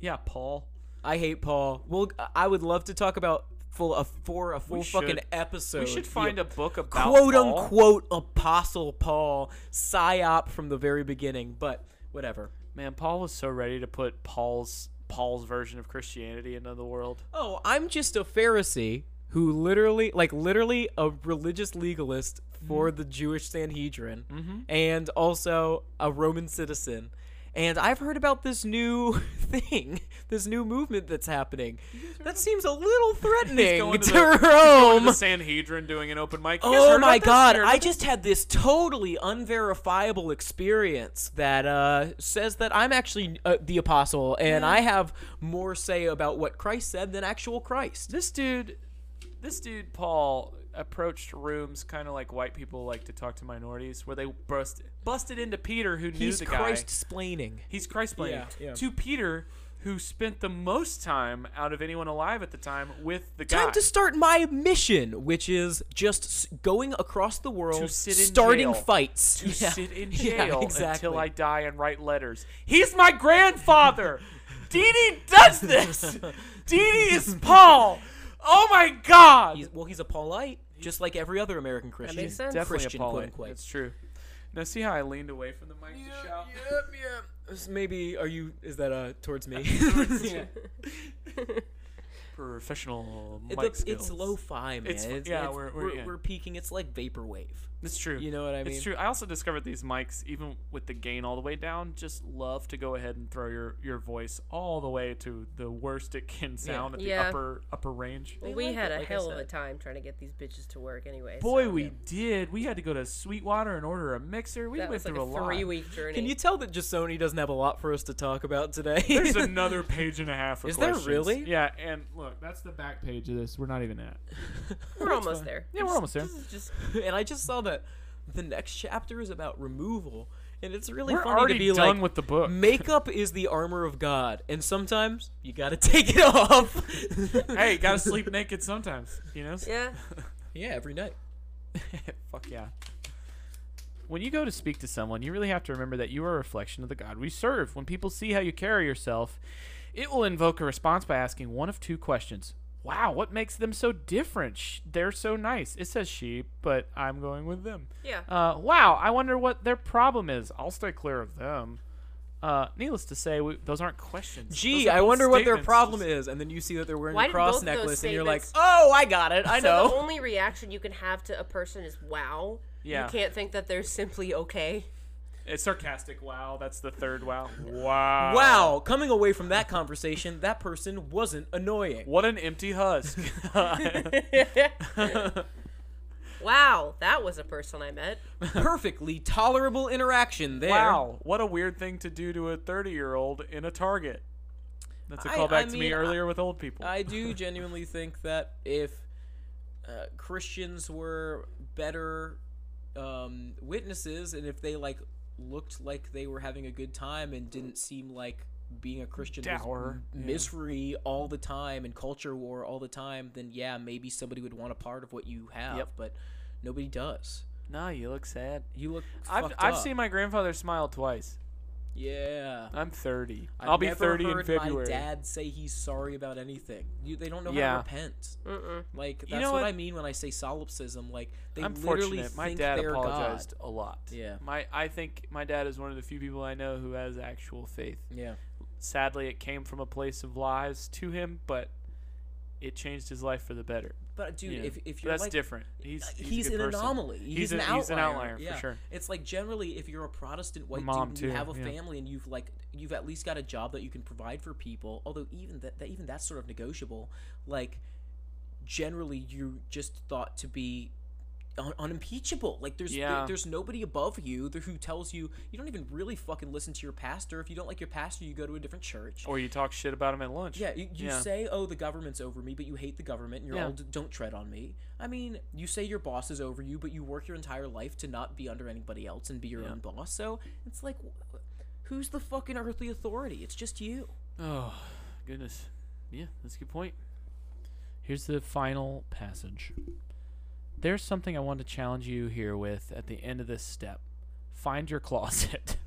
E: Yeah, Paul.
F: I hate Paul. Well, I would love to talk about full a for a full fucking
E: should.
F: episode.
E: We should find a book about
F: quote
E: Paul.
F: unquote apostle Paul psyop from the very beginning, but whatever.
E: Man, Paul was so ready to put Paul's Paul's version of Christianity into the world.
F: Oh, I'm just a Pharisee who literally, like, literally a religious legalist
E: Mm-hmm.
F: for the Jewish Sanhedrin, and also a Roman citizen. And I've heard about this new *laughs* thing, this new movement that's happening. That seems a
E: *laughs*
F: little threatening
E: going
F: to,
E: to the- he's *laughs*
F: Rome.
E: the Sanhedrin doing an open mic. You guys heard
F: Um, Oh
E: about
F: my
E: this?
F: god,
E: You heard
F: I
E: about
F: just had this totally unverifiable experience that uh, says that I'm actually uh, the apostle and I have more say about what Christ said than actual Christ.
E: this dude this dude paul approached rooms kind of like white people like to talk to minorities where they burst, busted into peter who knew
F: He's
E: the
F: Christ
E: guy
F: splaining.
E: he's christ
F: Yeah, yeah.
E: to peter who spent the most time out of anyone alive at the time with the guy
F: Time to start my mission, which is just s- going across the world,
E: sit in
F: starting
E: jail.
F: fights. *laughs*
E: to
F: Yeah.
E: sit in
F: Yeah,
E: jail
F: exactly.
E: until I die and write letters. He's
F: *laughs*
E: my grandfather. Dee Dee does this. Dee Dee is Paul. Oh my God.
F: He's, well, he's a Paulite, just like every other American Christian.
G: makes sense.
E: definitely
F: Christian,
E: a
F: quote
E: Paulite.
F: unquote.
E: That's true. Now see how I leaned away from the mic to shout.
F: Maybe are you? Is that uh towards me? *laughs* Yeah.
E: Professional
F: It-
E: mic
F: the-
E: skills.
F: It's lo-fi, man.
E: It's-
F: It's, it's,
E: yeah,
F: we're,
E: we're-
F: we're,
E: we're- yeah.
F: peaking. It's like vaporwave.
E: It's true.
F: You know what I mean?
E: It's true. I also discovered these mics, even with the gain all the way down, just love to go ahead and throw your, your voice all the way to the worst it can sound at the
G: Yeah.
E: upper upper range.
G: we
F: like
G: had
F: it,
G: a
F: like I
G: hell of
F: said.
G: a time trying to get these bitches to work anyway.
E: Boy,
G: so,
E: we
G: yeah.
E: did. We had to go to Sweetwater and order a mixer. We
G: that
E: went
G: was like
E: through
G: a
E: a,
G: three
E: lot.
G: week journey.
F: Can you tell that Jasoni doesn't have a lot for us to talk about today?
G: *laughs*
F: *laughs*
E: There's another page and a half. Of
F: Is there
E: questions.
F: really?
E: Yeah, and look, that's the back page of this. We're not even at.
G: we're almost there.
E: Yeah, we're almost there.
G: This is just
F: and I just *laughs* saw that the next chapter is about removal, and it's really
E: We're
F: funny
E: already
F: to be
E: done
F: like,
E: with the book.
F: makeup is the armor of God, and sometimes you gotta *laughs* take it
E: *laughs*
F: off.
E: hey, gotta
G: *laughs*
E: sleep naked sometimes. You know. *laughs*
G: yeah.
F: yeah, every night. *laughs*
E: Fuck yeah. When you go to speak to someone, you really have to remember that you are a reflection of the God we serve. When people see how you carry yourself, it will invoke a response by asking one of two questions. Wow, what makes them so different? Sh- They're so nice. It says she, but I'm going with them.
G: Yeah.
E: Uh, wow, I wonder what their problem is. I'll stay clear of them. Uh, needless to say, we, those aren't questions.
F: Gee,
E: Those are
F: I
E: bold
F: wonder what their
E: statements.
F: problem is, and then you see that they're wearing
G: Why
F: a
G: did
F: cross
G: both those
F: necklace, and you're like,
G: statements-
F: oh, I got it, I know.
G: *laughs* So the only reaction you can have to a person is wow.
E: Yeah.
G: You can't think that they're
E: *laughs*
G: simply okay.
E: It's sarcastic. Wow, that's the third wow. Wow.
F: Wow, coming away from that conversation, that person wasn't annoying.
E: What an empty
F: *laughs*
E: husk. *laughs*
G: Wow, that was a person I met.
F: Perfectly tolerable interaction there.
E: Wow, what a weird thing to do to a 30 year old in a Target. That's a
F: I-
E: callback
F: I
E: to
F: mean,
E: me earlier with old people.
F: I do genuinely think that if uh, Christians were better um, witnesses and if they like looked like they were having a good time and didn't seem like being a Christian was
E: Dour,
F: m- misery all the time and culture war all the time, then yeah, maybe somebody would want a part of what you have,
E: Yep.
F: but nobody does.
E: nah, you look sad.
F: You look.
E: I've,
F: fucked
E: I've
F: up.
E: seen my grandfather smile twice.
F: Yeah.
E: I'm 30.
F: I've
E: will be
F: never
E: 30 in
F: heard My
E: February.
F: dad say he's sorry about anything. You, they don't know how
E: Yeah.
F: to repent.
G: Mm-mm.
F: Like that's
E: You know
F: what?
E: what?
F: I mean when I say solipsism. Like they
E: I'm
F: literally
E: fortunate. My
F: think
E: dad
F: they're
E: apologized
F: God.
E: a lot.
F: Yeah.
E: My I think my dad is one of the few people I know who has actual faith.
F: Yeah.
E: Sadly, it came from a place of lies to him, but it changed his life for the better.
F: But dude,
E: you know?
F: if if
E: But
F: you're
E: that's
F: like eh,
E: different. He's he's, a
F: he's
E: good
F: an
E: person.
F: anomaly. He's,
E: He's
F: an
E: a-
F: outlier.
E: he's an outlier, for
F: yeah.
E: sure.
F: It's like generally, if you're a Protestant white dude,
E: mom,
F: and you
E: too,
F: have a
E: yeah.
F: family, and you've like you've at least got a job that you can provide for people. Although even that, that even that's sort of negotiable. Like generally, you just thought to be un- unimpeachable. Like there's there-
E: Yeah.
F: there's nobody above you there who tells you you don't even really fucking listen to your pastor. If you don't like your pastor, you go to a different church.
E: Or you talk shit about him at lunch.
F: Yeah, you, you
E: Yeah.
F: say, "Oh, the government's over me," but you hate the government, and you're
E: Yeah.
F: all, "Don't tread on me." I mean, you say your boss is over you, but you work your entire life to not be under anybody else and be your own boss. So it's like, wh- who's the fucking earthly authority? It's just you.
E: Oh, goodness. Yeah, that's a good point. Here's the final passage. There's something I want to challenge you here with at the end of this step. Find your closet. *laughs*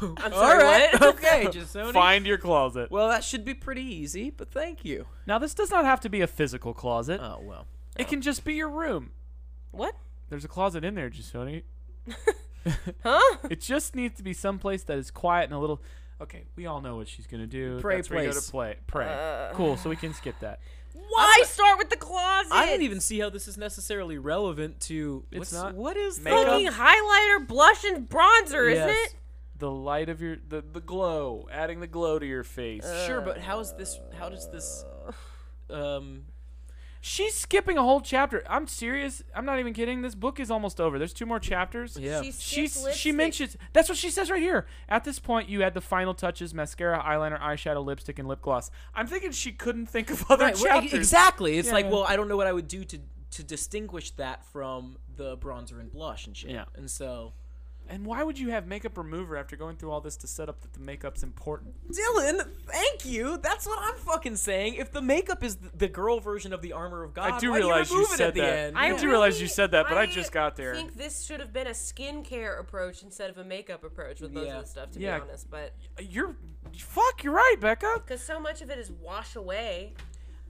G: I'm sorry,
F: *laughs*
G: what?
F: okay, just
E: Find your closet.
F: Well, that should be pretty easy, but thank you.
E: Now, this does not have to be a physical closet.
F: Oh well.
E: It can just be your room.
G: What?
E: There's a closet in
F: *laughs*
E: there, Gisoni. *laughs*
G: Huh?
E: It just needs to be someplace that is quiet and a little. Okay, we all know what she's gonna do.
F: Pray
E: That's where you
F: place.
E: go
F: Uh.
E: to play. Pray. cool. So we can skip that.
G: Why start with the closet?
F: I don't even see how this is necessarily relevant to.
E: It's
F: what's-
E: not.
F: What is
E: Makeup?
F: the-
G: Fucking highlighter, blush, and bronzer, isn't
F: Yes.
G: it?
E: The light of your the, the glow, adding the glow to your face.
F: Sure, but how is this? How does this? *sighs* Um,
E: She's skipping a whole chapter. I'm serious. I'm not even kidding. This book is almost over. There's two more chapters.
F: yeah.
H: She, skipped
E: She's, she
H: lipstick.
E: mentions that's what she says right here. At this point, you add the final touches: mascara, eyeliner, eyeshadow, lipstick, and lip gloss. I'm thinking she couldn't think of other
F: right, well, e-
E: chapters.
F: exactly. It's
E: Yeah,
F: like,
E: yeah.
F: well, I don't know what I would do to to distinguish that from the bronzer and blush and shit.
E: Yeah.
F: And so,
E: And why would you have makeup remover after going through all this to set up that the makeup's important?
F: Dylan, thank you. That's what I'm fucking saying. If the makeup is th- the girl version of the armor of God,
E: I do
F: why do you
E: realize you,
F: remove it
E: said
F: at the
E: that.
F: end?
E: I
F: Yeah.
E: do realize you said that, but I, just got there.
G: I think this should have been a skincare approach instead of a makeup approach with most
F: Yeah.
G: of the stuff, to
E: Yeah.
G: be honest. But
E: You're fuck. You're right, Becca.
G: because so much of it is wash away.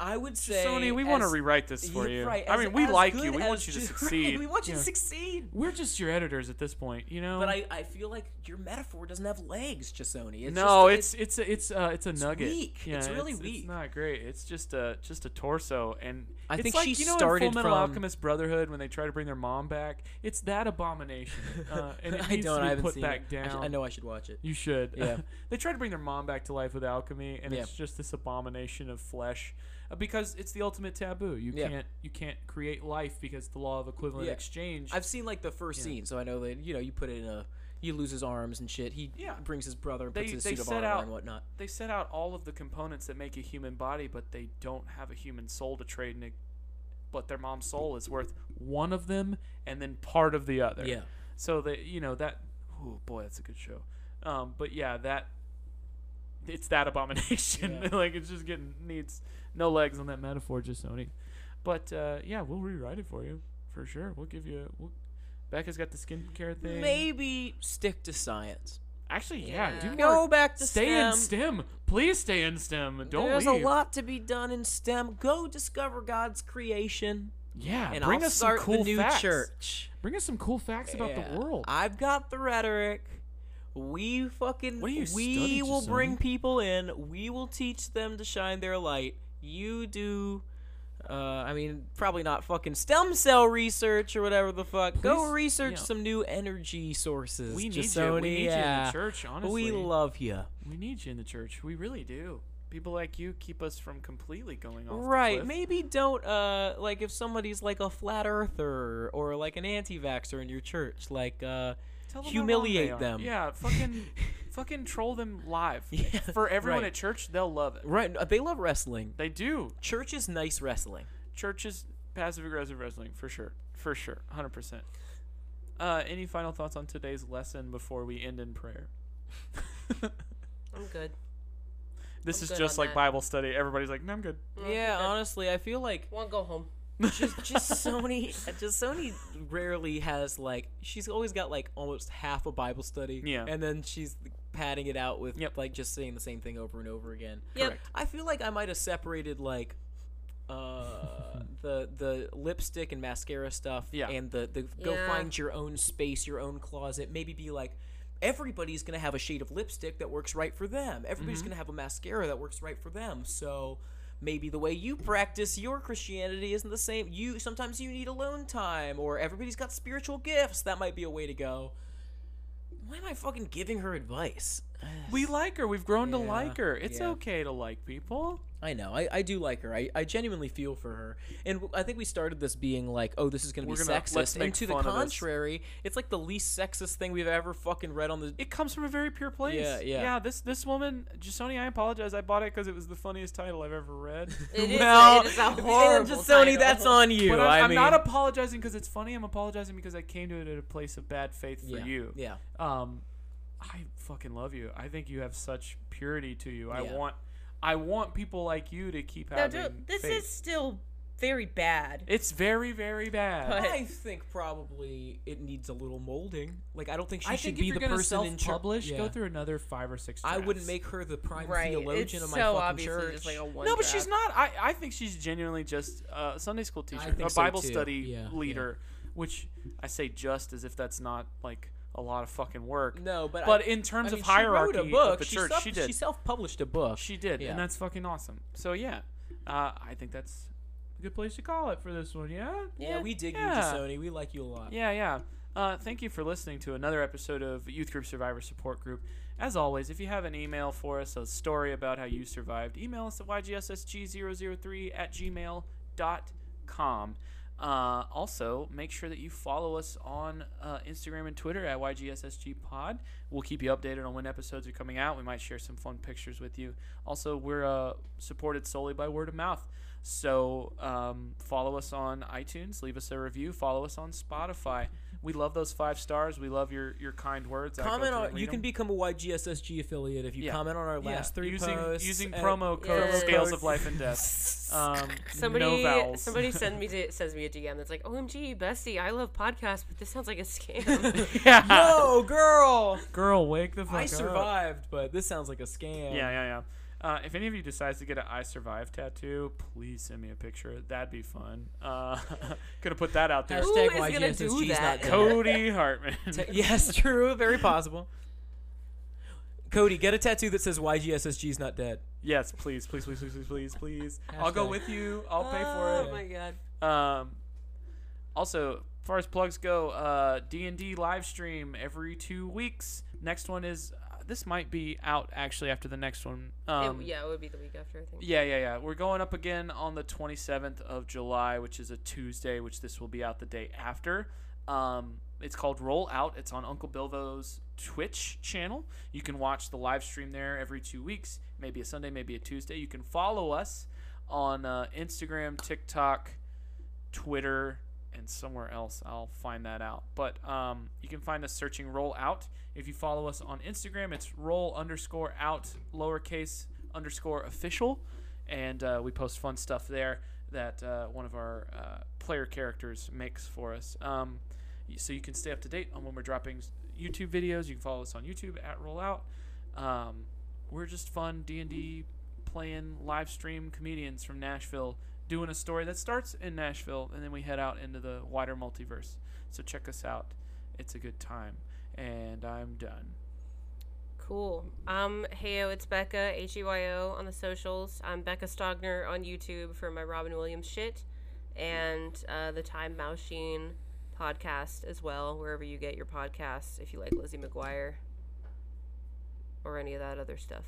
F: I would say,
E: Sony, we want to
F: as-
E: rewrite this for
F: Yeah,
E: you.
F: right,
E: I
F: as-
E: mean, we
F: as
E: like you.
F: good
E: We
F: as
E: want you to
F: Ju- *laughs* right,
E: succeed.
F: we want you
E: Yeah.
F: to succeed.
E: We're just your editors at this point, you know.
F: But I, I feel like your metaphor doesn't have legs, Jasoni. It's
E: no,
F: just,
E: it's it's a, it's uh, it's a nugget.
F: weak.
E: Yeah,
F: It's really
E: It's
F: weak.
E: not great. It's just a just a torso, and
F: I
E: it's
F: think
E: like,
F: she
E: you know, in
F: started
E: Full Metal
F: from-
E: Alchemist Brotherhood when they try to bring their mom back. It's that abomination,
F: *laughs*
E: uh, and it
F: I
E: needs
F: don't.
E: to be
F: I haven't
E: put
F: seen
E: back
F: it. I,
E: down.
F: should- I know I should watch it.
E: You should.
F: Yeah.
E: *laughs* they try to bring their mom back to life with alchemy, and
F: Yeah.
E: it's just this abomination of flesh, uh, because it's the ultimate taboo. You
F: Yeah.
E: can't you can't create life because the law of equivalent
F: Yeah.
E: exchange.
F: I've seen like the first scene, so I know that you know you put it in a. He loses arms and shit. He
E: Yeah.
F: brings his brother and
E: They-
F: puts his
E: they
F: suit of
E: set
F: armor
E: out-
F: and whatnot.
E: they set out all of the components that make a human body, but they don't have a human soul to trade. In but their mom's soul is worth one of them and then part of the other.
F: Yeah.
E: So that you know that. Oh boy, that's a good show. Um, but yeah, that it's that abomination. *laughs* like it's just getting needs no legs on that metaphor, just Sony. But uh, yeah, we'll rewrite it for you for sure. We'll give you. We'll, Becca's got the skincare thing.
F: Maybe stick to science.
E: Actually, yeah, do more.
F: Go back to
E: stay
F: STEM.
E: in STEM. Please stay in STEM. Don't
F: There's
E: leave.
F: a lot to be done in STEM. Go discover God's creation,
E: Yeah,
F: and
E: bring
F: I'll
E: us
F: start
E: some cool
F: the new
E: facts.
F: church
E: Bring us some cool facts about
F: Yeah.
E: the world.
F: I've got the rhetoric. We fucking
E: What do you
F: we
E: study,
F: will bring
E: Jasoni?
F: people in. We will teach them to shine their light. You do. Uh, I mean, probably not fucking stem cell research or whatever the fuck. Go
E: Please-
F: research
E: yeah.
F: some new energy sources.
E: we need you.
F: Jasoni,
E: We need you in
F: yeah.
E: the church. Honestly,
F: We love you.
E: We need you in the church. We really do. People like you keep us from completely going off. the
F: Right.
E: cliff.
F: Maybe don't uh like if somebody's like a flat earther or like an anti vaxxer in your church, like uh
E: Tell them how wrong they
F: humiliate
E: are.
F: them.
E: Yeah,
F: *laughs*
E: *laughs* fucking, fucking troll them live.
F: Yeah,
E: For everyone
F: right.
E: at church, they'll love it.
F: Right. uh, They love wrestling.
E: They do.
F: Church is nice wrestling.
E: Churches passive aggressive wrestling for sure, for sure, hundred percent. Uh, any final thoughts on today's lesson before we end in prayer?
G: I'm good.
E: This
G: I'm
E: is
G: good
E: just
G: on
E: like
G: that.
E: Bible study. Everybody's like, no, I'm good.
F: Mm-hmm. Yeah, honestly, I feel like
G: Want to go home?
F: just, just *laughs* Sony, just Sony rarely has like she's always got like almost half a Bible study,
E: Yeah.
F: and then she's padding it out with
E: Yep.
F: like just saying the same thing over and over again.
G: Yep.
F: I feel like I might have separated like uh the the lipstick and mascara stuff
E: Yeah.
F: and the the go
G: Yeah.
F: find your own space your own closet maybe be like everybody's gonna have a shade of lipstick that works right for them everybody's gonna have a mascara that works right for them so maybe the way you practice your christianity isn't the same you sometimes you need alone time or everybody's got spiritual gifts that might be a way to go why am i fucking giving her advice
E: We like her. We've grown to
F: Yeah,
E: like her. It's
F: yeah.
E: okay to like people.
F: I know. I, I do like her. I, I genuinely feel for her. And w- I think we started this being like, oh, this is going to
E: We're
F: be
E: gonna- let's
F: sexist.
E: make
F: And to the
E: fun of this.
F: contrary, it's like the least sexist thing we've ever fucking read on the.
E: It comes from a very pure place.
F: Yeah, yeah.
E: Yeah, this this woman, Jasoni, I apologize. I bought it because it was the funniest title I've ever read.
F: *laughs*
G: It is,
F: well,
E: *laughs*
G: it is a
F: and
G: horrible
F: Sony,
G: title.
F: that's on you.
E: but I'm,
F: I
E: I'm
F: mean,
E: not apologizing because it's funny. I'm apologizing because I came to it at a place of bad faith for
F: yeah,
E: you.
F: Yeah.
E: Um, I fucking love you. I think you have such purity to you. I
F: Yeah.
E: want, I want people like you to keep
H: Now,
E: having.
H: don't- this
E: faith.
H: is still very bad.
E: It's very very bad.
H: But-
F: I think probably it needs a little molding. Like I don't think she
E: I
F: should
E: think if
F: be
E: you're
F: the
E: gonna
F: person in
E: self-publish,
F: charge.
E: go through another five or six.
F: I wouldn't
E: drafts.
F: make her the prime
H: Right.
F: theologian
H: It's
F: of my
H: so
F: fucking
H: obviously
F: church.
H: just like a one.
E: No, but
H: draft.
E: she's not. I, I think she's genuinely just a Sunday school teacher,
F: think
E: a
F: so,
E: Bible
F: too.
E: study
F: Yeah,
E: leader, which I say just as if that's not like a lot of fucking work.
F: No, but I-
E: but in terms
F: I mean,
E: of
F: she wrote
E: hierarchy
F: a book.
E: of the
F: she
E: church,
F: self-
E: she did.
F: She self-published a book.
E: She did,
F: Yeah.
E: and that's fucking awesome. So yeah, uh, I think that's a good place to call it for this one. Yeah,
F: Yeah, we dig
E: Yeah.
F: you, Sony. We like you a lot.
E: yeah, yeah. Uh, thank you for listening to another episode of Youth Group Survivor Support Group. As always, if you have an email for us, a story about how you survived, email us at ygssg003 at gmail.com. Uh, also, make sure that you follow us on uh, Instagram and Twitter at YGSSG Pod. We'll keep you updated on when episodes are coming out. We might share some fun pictures with you. Also, we're uh, supported solely by word of mouth. So um, follow us on iTunes, leave us a review, follow us on Spotify. We love those five stars. We love your, your kind words. I go
F: comment
E: through and
F: on. You
E: read
F: can
E: 'em.
F: become a YGSSG affiliate if you
E: Yeah.
F: comment on our
E: Yeah,
F: last three
E: using,
F: posts
E: using
F: and-
E: promo code
G: Yeah.
E: Scales of Life
F: *laughs*
E: and Death. Um, no
G: Somebody,
E: vowels.
G: somebody send me to, sends me a DM that's like, "OMG, bestie, I love podcasts, but this sounds like
F: *laughs*
G: a scam."
E: *laughs*
G: *laughs*
E: yeah.
F: Whoa, girl!
E: Girl, wake the fuck
F: I
E: up.
F: survived, but this sounds like a scam.
E: Yeah, yeah, yeah. Uh, if any of you decides to get an I Survive tattoo, please send me a picture. That'd be fun. Uh, *laughs* could have put that out there.
G: Who
F: Hashtag
G: is gonna do
F: YGSSG is
G: that?
F: not dead.
E: Cody Hartman.
F: *laughs* yes, true. Very possible. Cody, get a tattoo that says YGSSG is not dead.
E: yes, please, please, please, please, please, please, please. I'll go
F: Hashtag.
E: with you. I'll pay
G: oh
E: for
G: my god.
E: it. Um, also, as far as plugs go, uh, D&D live stream every two weeks. Next one is, uh, this might be out actually after the next one.
G: It-
E: Um,
G: yeah, it would be the week after, I think.
E: Yeah, yeah, yeah. We're going up again on the 27th of July, which is a Tuesday, which this will be out the day after. Um, it's called Roll Out. It's on Uncle Bilbo's Twitch channel. You can watch the live stream there every two weeks, maybe a Sunday, maybe a Tuesday. You can follow us on uh, Instagram, TikTok, Twitter, and somewhere else. I'll find that out. But um, you can find us searching Roll Out. If you follow us on Instagram, it's roll underscore out lowercase underscore official. And uh, we post fun stuff there that uh, one of our uh, player characters makes for us. Um, y- so you can stay up to date on when we're dropping s- YouTube videos. You can follow us on YouTube at Roll Out. Um, we're just fun D&D playing live stream comedians from Nashville doing a story that starts in Nashville and then we head out into the wider multiverse. So check us out. It's a good time. And I'm done.
G: Cool. Um, heyo, it's Becca H E Y O on the socials. I'm Becca Stogner on YouTube for my Robin Williams shit, and uh, the Time Machine podcast as well, wherever you get your podcasts. If you like Lizzie McGuire or any of that other stuff.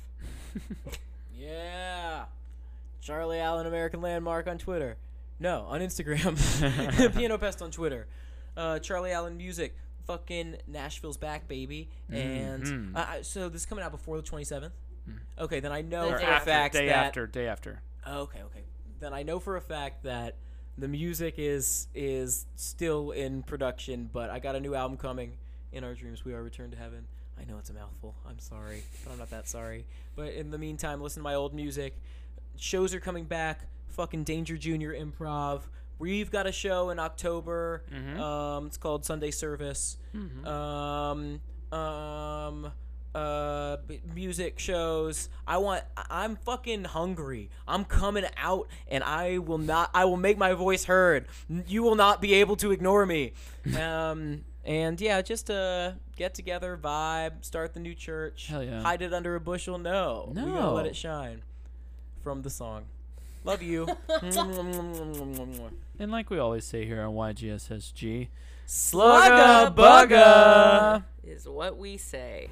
F: Yeah. Charlie Allen, American Landmark on Twitter. No, on Instagram. *laughs* Piano Pest on Twitter. Uh, Charlie Allen Music. Fucking Nashville's back, baby. And uh, I- so this is coming out before the 27th. Okay, then I know
G: The
F: for
G: day
F: a
G: after,
F: fact
E: day
F: that
E: after, day after.
F: Okay, okay. Then I know for a fact that the music is is still in production, but I got a new album coming. In our dreams, we are returned to heaven. I know it's a mouthful. I'm sorry, but I'm not that sorry. But in the meantime, listen to my old music. Shows are coming back. Fucking Danger Junior Improv. We've got a show in October. Um, it's called Sunday Service. Um, um, uh, b- music shows. I want. I- I'm fucking hungry. I'm coming out, and I will not. I will make my voice heard. N- You will not be able to ignore
E: *laughs*
F: me. um, and yeah, just uh, get together, vibe, start the new church.
E: Hell yeah.
F: Hide it under a bushel. No, we gotta let
E: No.
F: it shine. From the song, love
E: *laughs*
F: you.
E: And like we always say here on YGSSG,
F: Slugga bugga.
G: Is what we say.